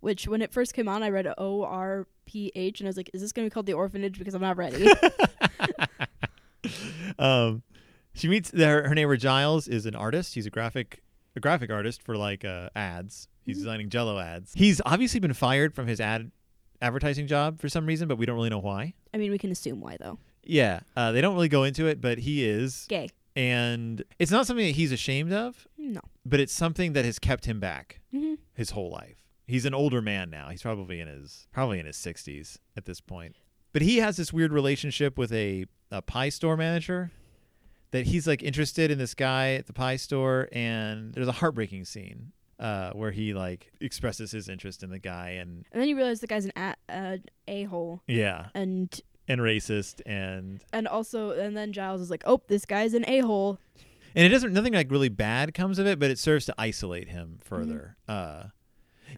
Speaker 4: which when it first came on, I read O R P H, and I was like, "Is this going to be called the orphanage?" Because I'm not ready.
Speaker 1: um, she meets her, her neighbor Giles is an artist. He's a graphic a graphic artist for like uh, ads. He's
Speaker 4: Mm-hmm.
Speaker 1: designing Jello ads. He's obviously been fired from his ad advertising job for some reason, but we don't really know why.
Speaker 4: I mean, we can assume why though.
Speaker 1: Yeah, uh, they don't really go into it, but he is,
Speaker 4: Gay?
Speaker 1: and it's not something that he's ashamed of.
Speaker 4: No.
Speaker 1: but it's something that has kept him back
Speaker 4: hmm
Speaker 1: his whole life. He's an older man now. He's probably in his probably in his 60s at this point. But he has this weird relationship with a a pie store manager that he's like interested in this guy at the pie store and there's a heartbreaking scene uh, where he like expresses his interest in the guy and
Speaker 4: And then you realize the guy's an a uh, a hole,
Speaker 1: yeah,
Speaker 4: and
Speaker 1: and racist and
Speaker 4: and also, and then Giles is like, "Oh, this guy's an a hole."
Speaker 1: and it doesn't nothing like really bad comes of it but it serves to isolate him further uh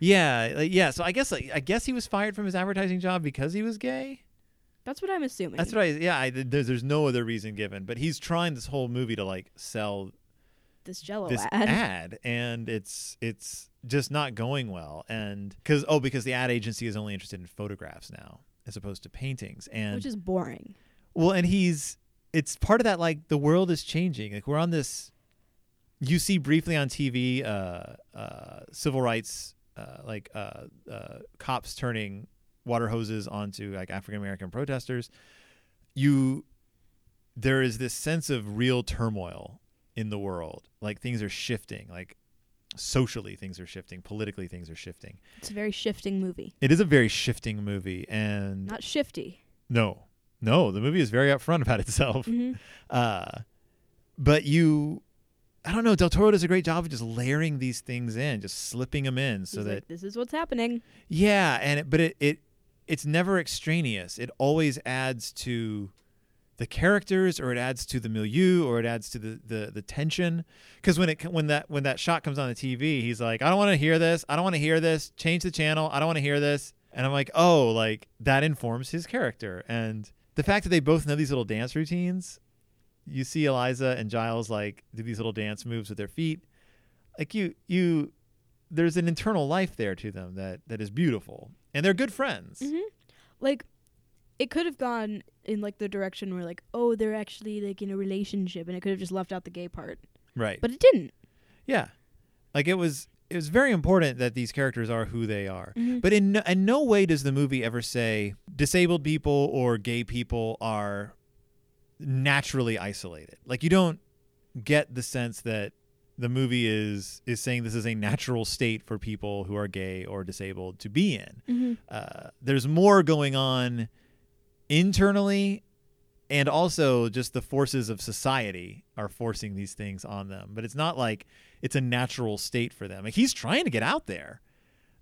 Speaker 1: yeah like, yeah so i guess like, i guess he was fired from his advertising job because he was gay
Speaker 4: That's what I'm assuming.
Speaker 1: that's right yeah I, there's, there's no other reason given but he's trying this whole movie to like sell
Speaker 4: This Jello
Speaker 1: this
Speaker 4: Oh, ad.
Speaker 1: ad and it's it's just not going well and because oh because the ad agency is only interested in photographs now as opposed to paintings and
Speaker 4: which is boring.
Speaker 1: well, and he's it's part of that like the world is changing. Like we're on this you see briefly on TV uh uh civil rights uh like uh uh cops turning water hoses onto like African American protesters. You there is this sense of real turmoil in the world. Like things are shifting. Like socially things are shifting, politically things are shifting.
Speaker 4: It's a very shifting movie.
Speaker 1: It is a very shifting movie and
Speaker 4: Not shifty.
Speaker 1: no. No, the movie is very upfront about itself.
Speaker 4: hmm
Speaker 1: Uh, but you, I don't know. Del Toro does a great job of just layering these things in, just slipping them in, so
Speaker 4: He's
Speaker 1: that
Speaker 4: like, this is what's happening.
Speaker 1: yeah. And it, but it it it's never extraneous. It always adds to the characters, or it adds to the milieu, or it adds to the the, the tension. Because when it when that when that shot comes on the TV, he's like, I don't want to hear this. I don't want to hear this. Change the channel. I don't want to hear this. And I'm like, oh, like that informs his character and. the fact that they both know these little dance routines, you see Eliza and Giles like do these little dance moves with their feet. Like you you there's an internal life there to them that that is beautiful. And they're good friends.
Speaker 4: Mhm. like it could have gone in like the direction where like oh they're actually like in a relationship and it could have just left out the gay part
Speaker 1: Right.
Speaker 4: but it didn't
Speaker 1: yeah. Like it was it was very important that these characters are who they are.
Speaker 4: Mhm.
Speaker 1: But in no, in no way does the movie ever say disabled people or gay people are naturally isolated. Like you don't get the sense that the movie is is saying this is a natural state for people who are gay or disabled to be in.
Speaker 4: Mm-hmm.
Speaker 1: Uh, there's more going on internally and also just the forces of society are forcing these things on them but it's not like it's a natural state for them like he's trying to get out there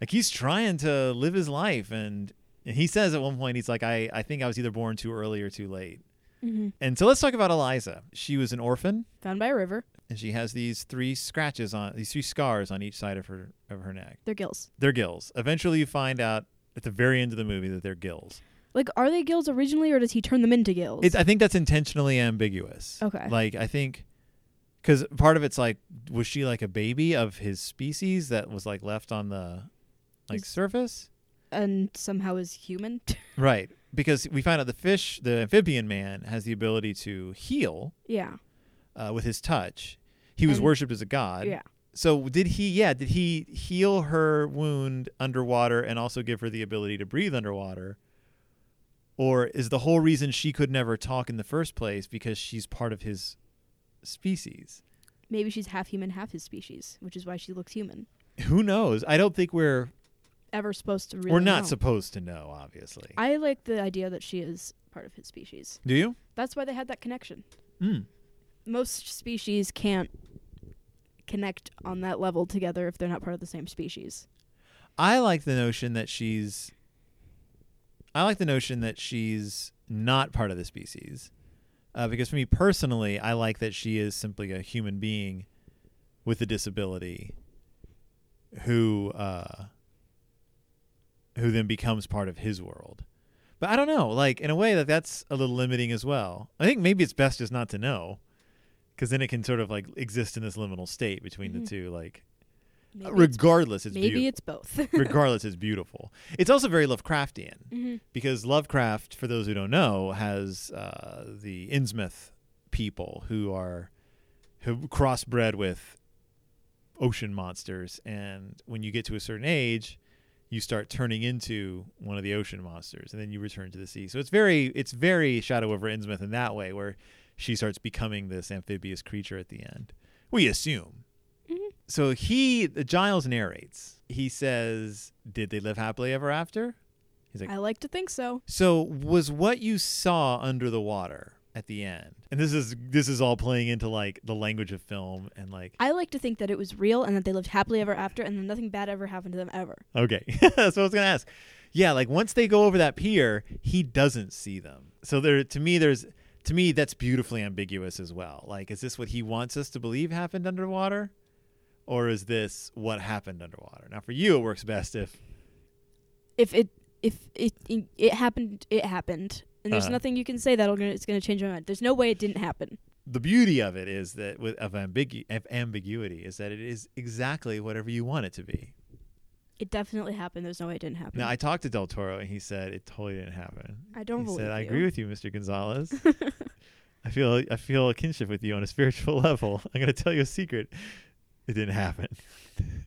Speaker 1: like he's trying to live his life and, and he says at one point he's like I, I think i was either born too early or too late
Speaker 4: Mm-hmm.
Speaker 1: and so let's talk about eliza she was an orphan
Speaker 4: found by a river
Speaker 1: and she has these three scratches on these three scars on each side of her of her neck
Speaker 4: they're gills
Speaker 1: they're gills eventually you find out at the very end of the movie that they're gills
Speaker 4: like are they gills originally or does he turn them into gills
Speaker 1: It's, I think that's intentionally ambiguous.
Speaker 4: Okay.
Speaker 1: Like I think, because part of it's like, was she like a baby of his species that was like left on the, like
Speaker 4: Is-
Speaker 1: surface?
Speaker 4: and somehow is human
Speaker 1: Right. Because we find out the fish, the amphibian man, has the ability to heal
Speaker 4: yeah
Speaker 1: uh, with his touch. He was
Speaker 4: And-
Speaker 1: worshipped as a god.
Speaker 4: yeah
Speaker 1: So did he? Yeah. Did he heal her wound underwater and also give her the ability to breathe underwater? Or is the whole reason she could never talk in the first place because she's part of his species?
Speaker 4: maybe she's half human half his species which is why she looks human
Speaker 1: Who knows? I don't think we're
Speaker 4: ever supposed to really
Speaker 1: we're not
Speaker 4: know.
Speaker 1: supposed to know, obviously.
Speaker 4: i like the idea that she is part of his species
Speaker 1: Do you?
Speaker 4: that's why they had that connection
Speaker 1: Mm.
Speaker 4: most species can't connect on that level together if they're not part of the same species.
Speaker 1: I like the notion that she's. I like the notion that she's not part of the species, uh, because for me personally, I like that she is simply a human being with a disability, who uh, who then becomes part of his world. But I don't know, like in a way that that's a little limiting as well. I think maybe it's best just not to know, because then it can sort of like exist in this liminal state between
Speaker 4: Mhm.
Speaker 1: the two. Like
Speaker 4: Maybe it's,
Speaker 1: regardless, it's
Speaker 4: maybe
Speaker 1: beautiful
Speaker 4: it's both.
Speaker 1: regardless it's beautiful it's also very lovecraftian
Speaker 4: mm-hmm.
Speaker 1: because lovecraft for those who don't know has uh, the innsmouth people who are who crossbred with ocean monsters and when you get to a certain age you start turning into one of the ocean monsters and then you return to the sea so it's very it's very shadow over innsmouth in that way where she starts becoming this amphibious creature at the end we assume
Speaker 4: Mhm.
Speaker 1: so he giles narrates he says did they live happily ever after he's like
Speaker 4: I like to think so.
Speaker 1: so was what you saw under the water at the end and this is this is all playing into like the language of film and like
Speaker 4: I like to think that it was real and that they lived happily ever after and that nothing bad ever happened to them ever.
Speaker 1: Okay. That's what I was going to ask. Yeah, like once they go over that pier, he doesn't see them. So there to me there's to me that's beautifully ambiguous as well. Like is this what he wants us to believe happened underwater or is this what happened underwater? Now for you it works best if
Speaker 4: If it if it it, it happened, it happened. And there's
Speaker 1: Uh-huh.
Speaker 4: nothing you can say that'll gonna, it's going to change my mind. There's no way it didn't happen.
Speaker 1: the beauty of it is that with of, ambigu- of ambiguity is that it is exactly whatever you want it to be.
Speaker 4: It definitely happened. There's no way it didn't happen.
Speaker 1: Now I talked to Del Toro and he said it totally didn't happen.
Speaker 4: I don't
Speaker 1: he
Speaker 4: believe
Speaker 1: said, I
Speaker 4: you."
Speaker 1: agree with you, Mr. Gonzalez. I feel I feel a kinship with you on a spiritual level. I'm gonna tell you a secret. It didn't happen.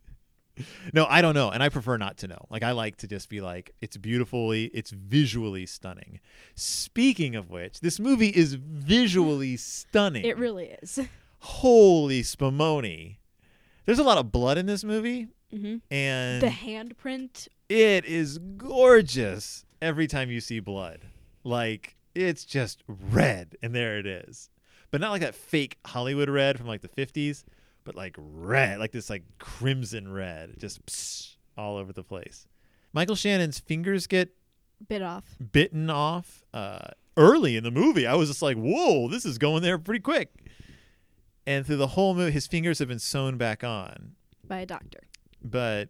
Speaker 1: no, I don't know, and I prefer not to know. Like I like to just be like, it's beautifully, it's visually stunning. Speaking of which, this movie is visually stunning.
Speaker 4: it really is.
Speaker 1: holy spumoni. There's a lot of blood in this movie,
Speaker 4: hmm
Speaker 1: and
Speaker 4: The handprint.
Speaker 1: it is gorgeous every time you see blood. Like it's just red, and there it is. But not like that fake Hollywood red from like the fifties, but like red, like this like crimson red, just psst, all over the place. Michael Shannon's fingers get
Speaker 4: Bit off.
Speaker 1: bitten off uh, early in the movie. I was just like, "Whoa, this is going there pretty quick." And through the whole movie, his fingers have been sewn back on,
Speaker 4: by a doctor.
Speaker 1: but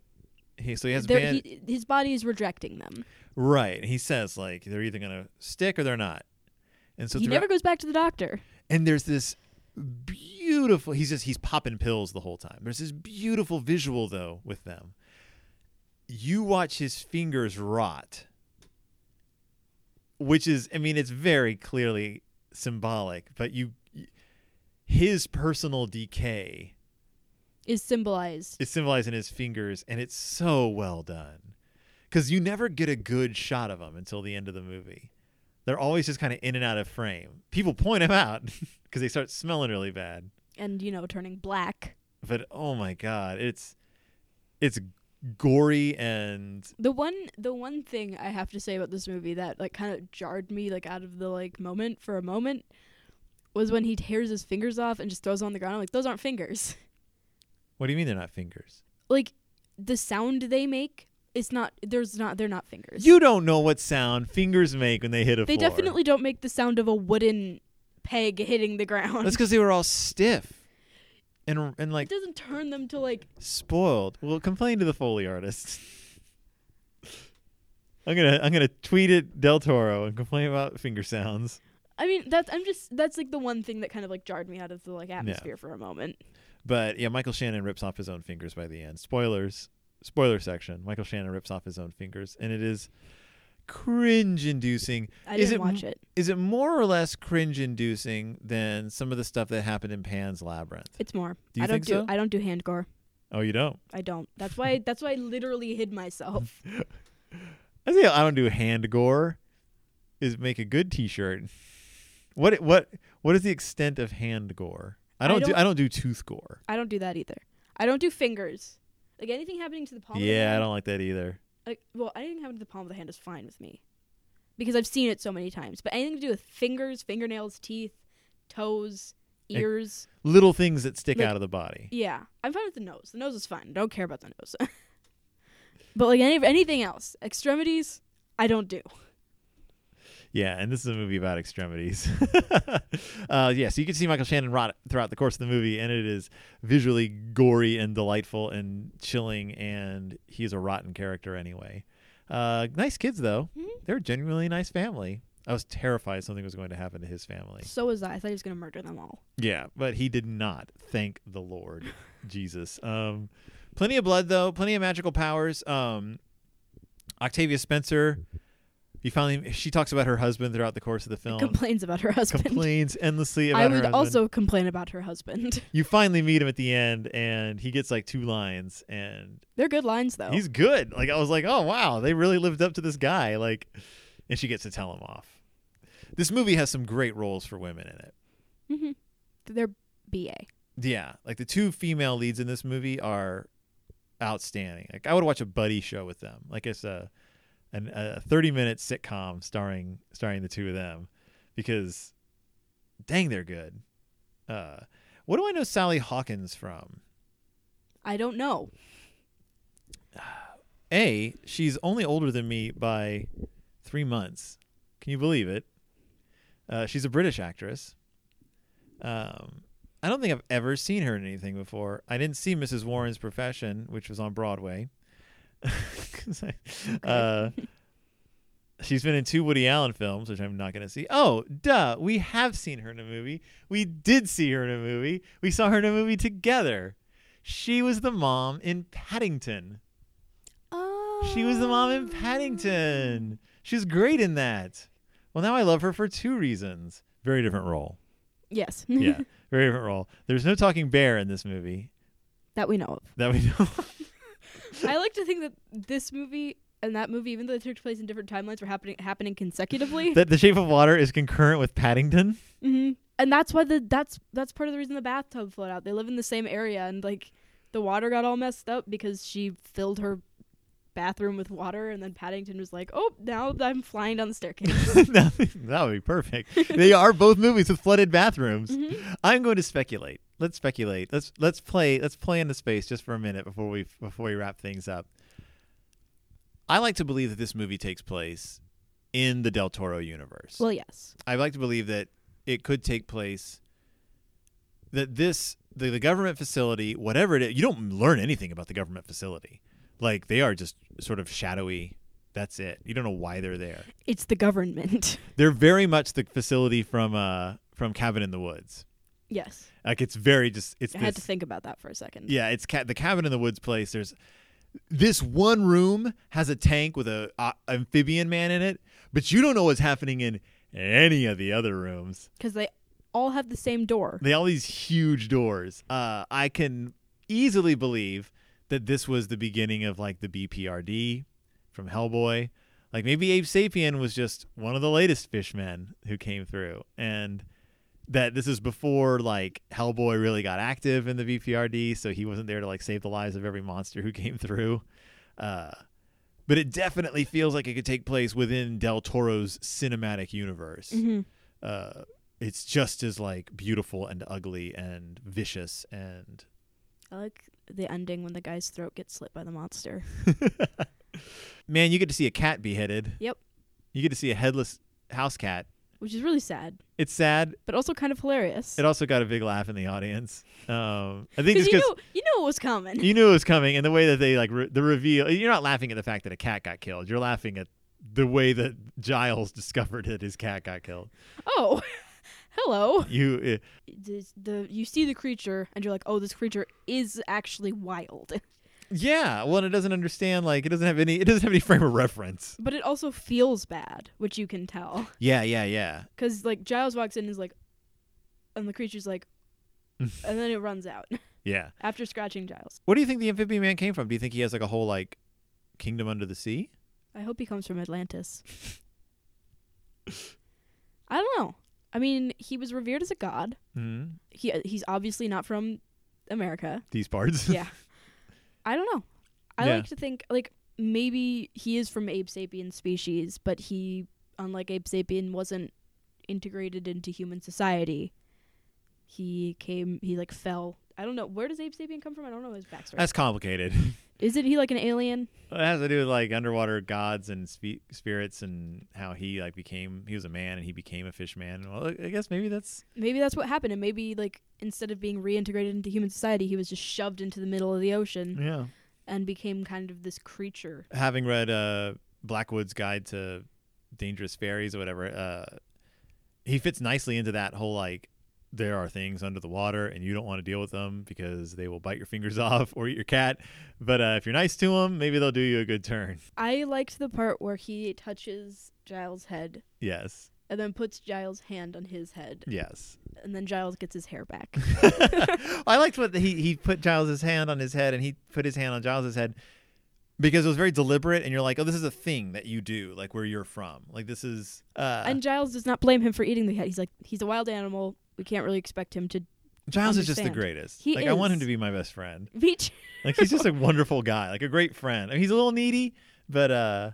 Speaker 1: he so he has
Speaker 4: There-
Speaker 1: band-
Speaker 4: he- his body is rejecting them.
Speaker 1: Right. And he says like they're either gonna stick or they're not. And so
Speaker 4: he
Speaker 1: throughout-
Speaker 4: never goes back to the doctor.
Speaker 1: and there's this beautiful he's just he's popping pills the whole time there's this beautiful visual though with them you watch his fingers rot which is i mean it's very clearly symbolic but you his personal decay
Speaker 4: Is symbolized.
Speaker 1: is symbolized in his fingers and it's so well done because you never get a good shot of them until the end of the movie they're always just kind of in and out of frame people point them out because they start smelling really bad
Speaker 4: and you know turning black.
Speaker 1: but oh my god it's it's gory and
Speaker 4: The one the one thing I have to say about this movie that like kind of jarred me like out of the like moment for a moment was when he tears his fingers off and just throws them on the ground. I'm like those aren't fingers.
Speaker 1: what do you mean they're not fingers
Speaker 4: Like the sound they make it's not there's not they're not fingers.
Speaker 1: you don't know what sound fingers make when they hit a
Speaker 4: they
Speaker 1: floor.
Speaker 4: definitely don't make the sound of a wooden peg hitting the ground.
Speaker 1: that's because they were all stiff and and
Speaker 4: it
Speaker 1: like
Speaker 4: doesn't turn them to like
Speaker 1: spoiled well complain to the foley artist i'm gonna i'm gonna tweet it del toro and complain about finger sounds
Speaker 4: I mean that's I'm just that's like the one thing that kind of like jarred me out of the like atmosphere for a moment.
Speaker 1: But yeah, Michael Shannon rips off his own fingers by the end. Spoilers, spoiler section. Michael Shannon rips off his own fingers, and it is cringe-inducing.
Speaker 4: I
Speaker 1: Is
Speaker 4: didn't
Speaker 1: it
Speaker 4: watch
Speaker 1: m-
Speaker 4: it.
Speaker 1: Is it more or less cringe-inducing than some of the stuff that happened in Pan's Labyrinth?
Speaker 4: It's more.
Speaker 1: Do you
Speaker 4: I don't
Speaker 1: think
Speaker 4: do
Speaker 1: so?
Speaker 4: I don't do hand gore.
Speaker 1: Oh, you don't.
Speaker 4: I don't. That's why. That's why I literally hid myself.
Speaker 1: I say I don't do hand gore. Is make a good T-shirt. What what what is the extent of hand gore? I
Speaker 4: I
Speaker 1: don't, do
Speaker 4: don't-
Speaker 1: I don't do tooth gore.
Speaker 4: I don't do that either. I don't do fingers. Like anything happening to the palm. Of the
Speaker 1: Yeah, I
Speaker 4: hand,
Speaker 1: don't like that either.
Speaker 4: Like, well, anything happening to the palm of the hand is fine with me, because I've seen it so many times. But anything to do with fingers, fingernails, teeth, toes,
Speaker 1: Eh,
Speaker 4: ears.
Speaker 1: Little things that stick
Speaker 4: Like-
Speaker 1: out of the body.
Speaker 4: yeah, I'm fine with the nose. The nose is fine. Don't care about the nose. but like any anything else, extremities, I don't do.
Speaker 1: Yeah, and this is a movie about extremities. uh, yeah, so you can see Michael Shannon rot throughout the course of the movie, and it is visually gory and delightful and chilling, and he's a rotten character anyway. Uh, nice kids, though.
Speaker 4: Mhm.
Speaker 1: They're a genuinely nice family. I was terrified something was going to happen to his family.
Speaker 4: So was I. I thought he was gonna murder them all.
Speaker 1: Yeah, but he did not. Thank the Lord, Jesus. Um, plenty of blood though. Plenty of magical powers. Um, Octavia Spencer. You finally. She talks about her husband throughout the course of the film.
Speaker 4: Complains about her husband.
Speaker 1: Complains endlessly about
Speaker 4: I
Speaker 1: her
Speaker 4: would
Speaker 1: husband.
Speaker 4: also complain about her husband.
Speaker 1: You finally meet him at the end, and he gets like two lines, and
Speaker 4: They're good lines though.
Speaker 1: he's good. Like I was like, oh wow, they really lived up to this guy. Like, and she gets to tell him off. This movie has some great roles for women in it.
Speaker 4: hmm They're BA.
Speaker 1: Yeah, like the two female leads in this movie are outstanding. Like I would watch a buddy show with them. Like it's a an, a thirty minute sitcom starring starring the two of them, because dang, they're good. Uh, what do I know Sally Hawkins from?
Speaker 4: I don't know.
Speaker 1: A, she's only older than me by three months. Can you believe it? Uh, she's a British actress. Um, I don't think I've ever seen her in anything before. I didn't see Mrs. Warren's Profession, which was on Broadway. 'Cause I- uh, she's been in two Woody Allen films, which I'm not going to see. Oh, duh. We have seen her in a movie. We did see her in a movie. We saw her in a movie together. She was the mom in Paddington. She was the mom in Paddington. She's great in that. Well, now I love her for two reasons. Very different role.
Speaker 4: Yes.
Speaker 1: Yeah, very different role. There's no talking bear in this movie
Speaker 4: that we know of.
Speaker 1: that we know.
Speaker 4: I like to think that this movie and that movie, even though they took place in different timelines, were happening happening consecutively.
Speaker 1: that The Shape of Water is concurrent with Paddington.
Speaker 4: hmm And that's why the that's that's part of the reason the bathtub flooded out. They live in the same area, and like the water got all messed up because she filled her bathroom with water, and then Paddington was like, "Oh, now I'm flying down the staircase."
Speaker 1: that would be perfect. They are both movies with flooded bathrooms.
Speaker 4: Mhm.
Speaker 1: I'm going to speculate. Let's speculate. Let's let's play let's play into space just for a minute before we before we wrap things up. I like to believe that this movie takes place in the Del Toro universe.
Speaker 4: Well, yes.
Speaker 1: I like to believe that it could take place. That this the, the government facility, whatever it is, you don't learn anything about the government facility. Like they are just sort of shadowy That's it. You don't know why they're there.
Speaker 4: It's the government.
Speaker 1: They're very much the facility from uh from Cabin in the Woods.
Speaker 4: yes.
Speaker 1: Like it's very just it's
Speaker 4: I
Speaker 1: this,
Speaker 4: had to think about that for a second.
Speaker 1: Yeah, it's ca- the cabin in the woods place. There's this one room has a tank with a uh, amphibian man in it, but you don't know what's happening in any of the other rooms.
Speaker 4: Because they all have the same door.
Speaker 1: They all these huge doors. Uh, I can easily believe that this was the beginning of like the BPRD from Hellboy. Like maybe Abe Sapien was just one of the latest fishmen who came through, and that this is before like Hellboy really got active in the BPRD, so he wasn't there to like save the lives of every monster who came through. Uh, but it definitely feels like it could take place within Del Toro's cinematic universe
Speaker 4: Mhm.
Speaker 1: uh, it's just as like beautiful and ugly and vicious and
Speaker 4: I like the ending when the guy's throat gets slit by the monster.
Speaker 1: man you get to see a cat beheaded
Speaker 4: Yep.
Speaker 1: you get to see a headless house cat
Speaker 4: Which is really sad,
Speaker 1: it's sad
Speaker 4: but also kind of hilarious.
Speaker 1: it also got a big laugh in the audience um, i think
Speaker 4: Because
Speaker 1: just
Speaker 4: you,
Speaker 1: because
Speaker 4: know, you know it was coming.
Speaker 1: you knew it was coming and the way that they like re- the reveal you're not laughing at the fact that a cat got killed you're laughing at the way that giles discovered that his cat got killed
Speaker 4: oh, hello.
Speaker 1: you uh,
Speaker 4: This- the, you see the creature, and you're like, oh, this creature is actually wild.
Speaker 1: yeah well and it doesn't understand like it doesn't have any it doesn't have any frame of reference
Speaker 4: But it also feels bad, which you can tell.
Speaker 1: yeah yeah yeah
Speaker 4: Because, like, Giles walks in and is like, and the creature's like, and then it runs out
Speaker 1: yeah
Speaker 4: after scratching Giles.
Speaker 1: Where do you think the amphibian man came from? Do you think he has like a whole like kingdom under the sea?
Speaker 4: I hope he comes from Atlantis. I don't know. I mean, he was revered as a god.
Speaker 1: Mm-hmm.
Speaker 4: He he's obviously not from America.
Speaker 1: These parts.
Speaker 4: Yeah. I don't know. I
Speaker 1: Yeah.
Speaker 4: like to think like maybe he is from Ape sapien species, but he unlike Ape sapien wasn't integrated into human society. He came he like fell. I don't know. Where does Ape sapien come from? I don't know his backstory.
Speaker 1: That's complicated.
Speaker 4: Isn't he like an alien?
Speaker 1: it has to do with like underwater gods and spe- spirits and how he like became he was a man and he became a fish man. Well, I guess maybe that's
Speaker 4: maybe that's what happened and maybe like instead of being reintegrated into human society he was just shoved into the middle of the ocean
Speaker 1: yeah.
Speaker 4: and became kind of this creature
Speaker 1: Having read uh Blackwood's Guide to Dangerous Fairies or whatever, uh he fits nicely into that whole like there are things under the water and you don't want to deal with them because they will bite your fingers off or eat your cat. But uh, if you're nice to them, maybe they'll do you a good turn.
Speaker 4: i liked the part where he touches giles head
Speaker 1: Yes.
Speaker 4: and then puts giles hand on his head
Speaker 1: Yes.
Speaker 4: and then giles gets his hair back
Speaker 1: I liked what he he put Giles's hand on his head and he put his hand on Giles's head because it was very deliberate and you're like, "Oh, this is a thing that you do, like where you're from. Like this is uh
Speaker 4: and giles does not blame him for eating the head he's like he's a wild animal we can't really expect him to
Speaker 1: Giles is just the
Speaker 4: understand.
Speaker 1: greatest.
Speaker 4: He
Speaker 1: like I want him
Speaker 4: is.
Speaker 1: to be my best friend.
Speaker 4: beach
Speaker 1: Like he's just a wonderful guy, like a great friend. I mean, he's a little needy, but uh I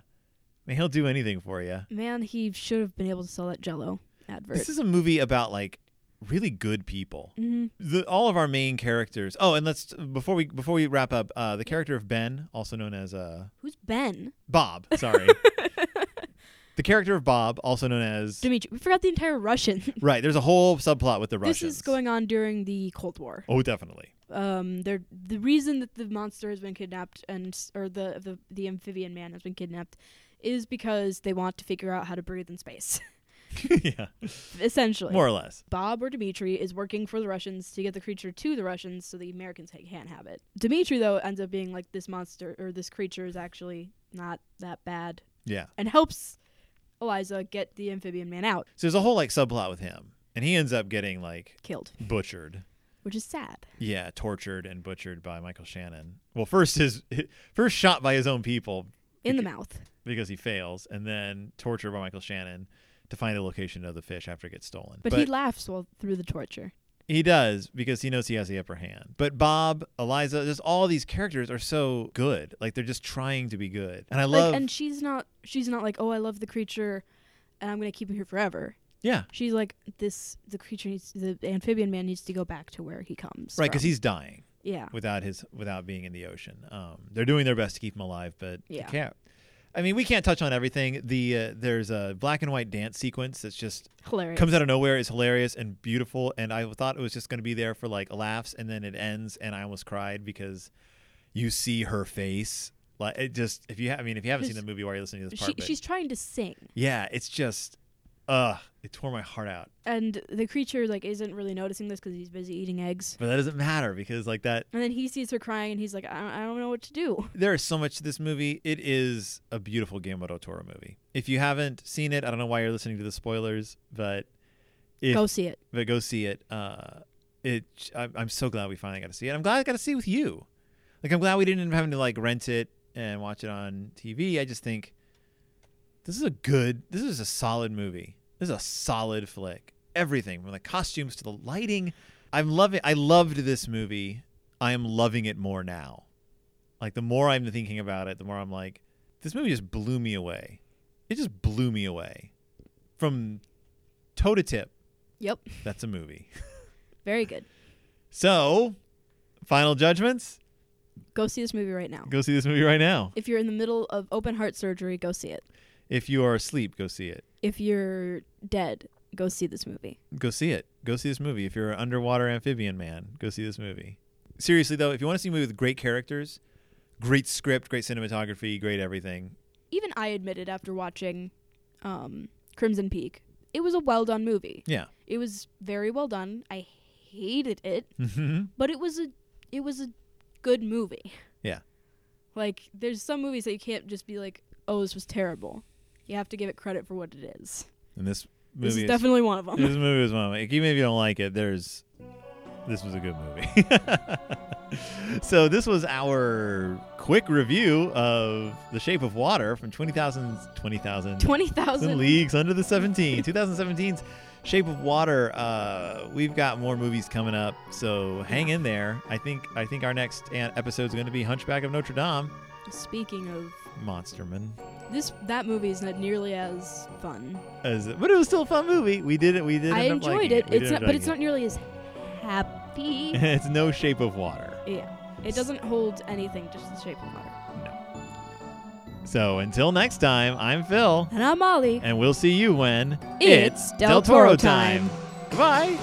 Speaker 1: mean, he'll do anything for you.
Speaker 4: man he should have been able to sell that jello advert
Speaker 1: This is a movie about like really good people.
Speaker 4: hmm
Speaker 1: the, all of our main characters. Oh, and let's before we before we wrap up, uh, the character of Ben, also known as uh,
Speaker 4: who's ben
Speaker 1: Bob. Sorry, the character of Bob, also known as
Speaker 4: dimitri we forgot the entire russian
Speaker 1: right. There's a whole subplot with the
Speaker 4: this
Speaker 1: Russians.
Speaker 4: is going on during the cold war
Speaker 1: Oh, definitely.
Speaker 4: um they're the reason that the monster has been kidnapped and or the the, the amphibian man has been kidnapped is because they want to figure out how to breathe in space
Speaker 1: yeah,
Speaker 4: essentially
Speaker 1: more or less.
Speaker 4: bob or dimitri is working for the russians to get the creature to the russians so the americans ha- can't have it dimitri though ends up being like this monster or this creature is actually not that bad
Speaker 1: Yeah.
Speaker 4: and helps eliza get the amphibian man out
Speaker 1: So there's a whole like subplot with him, and he ends up getting like
Speaker 4: killed
Speaker 1: butchered.
Speaker 4: which is sad
Speaker 1: Yeah, tortured and butchered by Michael Shannon. Well, first his first shot by his own people
Speaker 4: in the
Speaker 1: Okay.
Speaker 4: mouth
Speaker 1: because he fails, and then tortured by Michael Shannon to find the location of the fish after it gets stolen.
Speaker 4: but, he laughs while through the torture
Speaker 1: He does because he knows he has the upper hand. But Bob, Eliza, just all these characters are so good. Like they're just trying to be good, and I love.
Speaker 4: like and she's not she's not like oh i love the creature and i'm gonna keep him here forever
Speaker 1: yeah,
Speaker 4: she's like this the creature needs the amphibian man needs to go back to where he comes
Speaker 1: right, because
Speaker 4: from."
Speaker 1: he's dying
Speaker 4: yeah
Speaker 1: without his without being in the ocean. Um, they're doing their best to keep him alive, but
Speaker 4: Yeah.
Speaker 1: they can't. I mean, we can't touch on everything. The uh, there's a black and white dance sequence that's just
Speaker 4: hilarious
Speaker 1: comes out of nowhere, is hilarious and beautiful, and I thought it was just going to be there for like laughs, and then it ends, and I almost cried because you see her face Like it just if you ha- I mean if you haven't seen the
Speaker 4: She's-
Speaker 1: movie while you're listening to this part,
Speaker 4: She,
Speaker 1: but-
Speaker 4: she's trying to sing,
Speaker 1: yeah, it's just uh it tore my heart out.
Speaker 4: and the creature like isn't really noticing this because he's busy eating eggs.
Speaker 1: But that doesn't matter because like that
Speaker 4: And then he sees her crying, and he's like, I don't, I don't know what to do.
Speaker 1: there is so much to this movie. It is a beautiful Guillermo del Toro movie. If you haven't seen it, I don't know why you're listening to the spoilers, but if
Speaker 4: Go see it.
Speaker 1: but go see it. Uh, it I, I'm so glad we finally got to see it. I'm glad I got to see it with you. Like I'm glad we didn't end up having to like rent it and watch it on TV. I just think this is a good. This is a solid movie. This is a solid flick. Everything from the costumes to the lighting. I'm loving. I loved this movie. I am loving it more now. Like the more I'm thinking about it, the more I'm like, this movie just blew me away. It just blew me away, from toe to tip.
Speaker 4: Yep,
Speaker 1: That's a movie.
Speaker 4: very good.
Speaker 1: So, final judgments.
Speaker 4: Go see this movie right now.
Speaker 1: Go see this movie right now.
Speaker 4: If you're in the middle of open heart surgery, go see it.
Speaker 1: If you are asleep, go see it.
Speaker 4: If you're dead, go see this movie.
Speaker 1: Go see it. Go see this movie. If you're an underwater amphibian man, go see this movie. Seriously though, if you want to see a movie with great characters, great script, great cinematography, great everything,
Speaker 4: Even I admitted after watching um, Crimson Peak, it was a well done movie.
Speaker 1: yeah.
Speaker 4: It was very well done. I hated it,
Speaker 1: Mm-hmm.
Speaker 4: but it was a it was a good movie.
Speaker 1: Yeah.
Speaker 4: Like there's some movies that you can't just be like, "Oh, this was terrible." You have to give it credit for what it is.
Speaker 1: And this
Speaker 4: This
Speaker 1: movie
Speaker 4: is definitely one of them.
Speaker 1: this movie is one of my. Even if you don't like it, there's. This was a good movie. so this was our quick review of The Shape of Water from 20,000 20,000
Speaker 4: 20,000
Speaker 1: leagues under the 17 2017's shape of water uh, we've got more movies coming up so hang in there i think i think our next episode is going to be hunchback of notre dame
Speaker 4: Speaking of
Speaker 1: monsterman
Speaker 4: this that movie is not nearly as fun.
Speaker 1: as but it was still a fun movie we did it we did
Speaker 4: I
Speaker 1: end up
Speaker 4: enjoyed
Speaker 1: liking
Speaker 4: it.
Speaker 1: We
Speaker 4: It's
Speaker 1: did
Speaker 4: not,
Speaker 1: end up
Speaker 4: but it's not
Speaker 1: liking
Speaker 4: nearly as happy.
Speaker 1: it. it's no shape of water
Speaker 4: yeah. It doesn't hold anything just the shape of water.
Speaker 1: so until next time i'm phil
Speaker 4: And I'm Molly.
Speaker 1: and we'll see you when
Speaker 4: It's Del Toro time.
Speaker 1: Bye.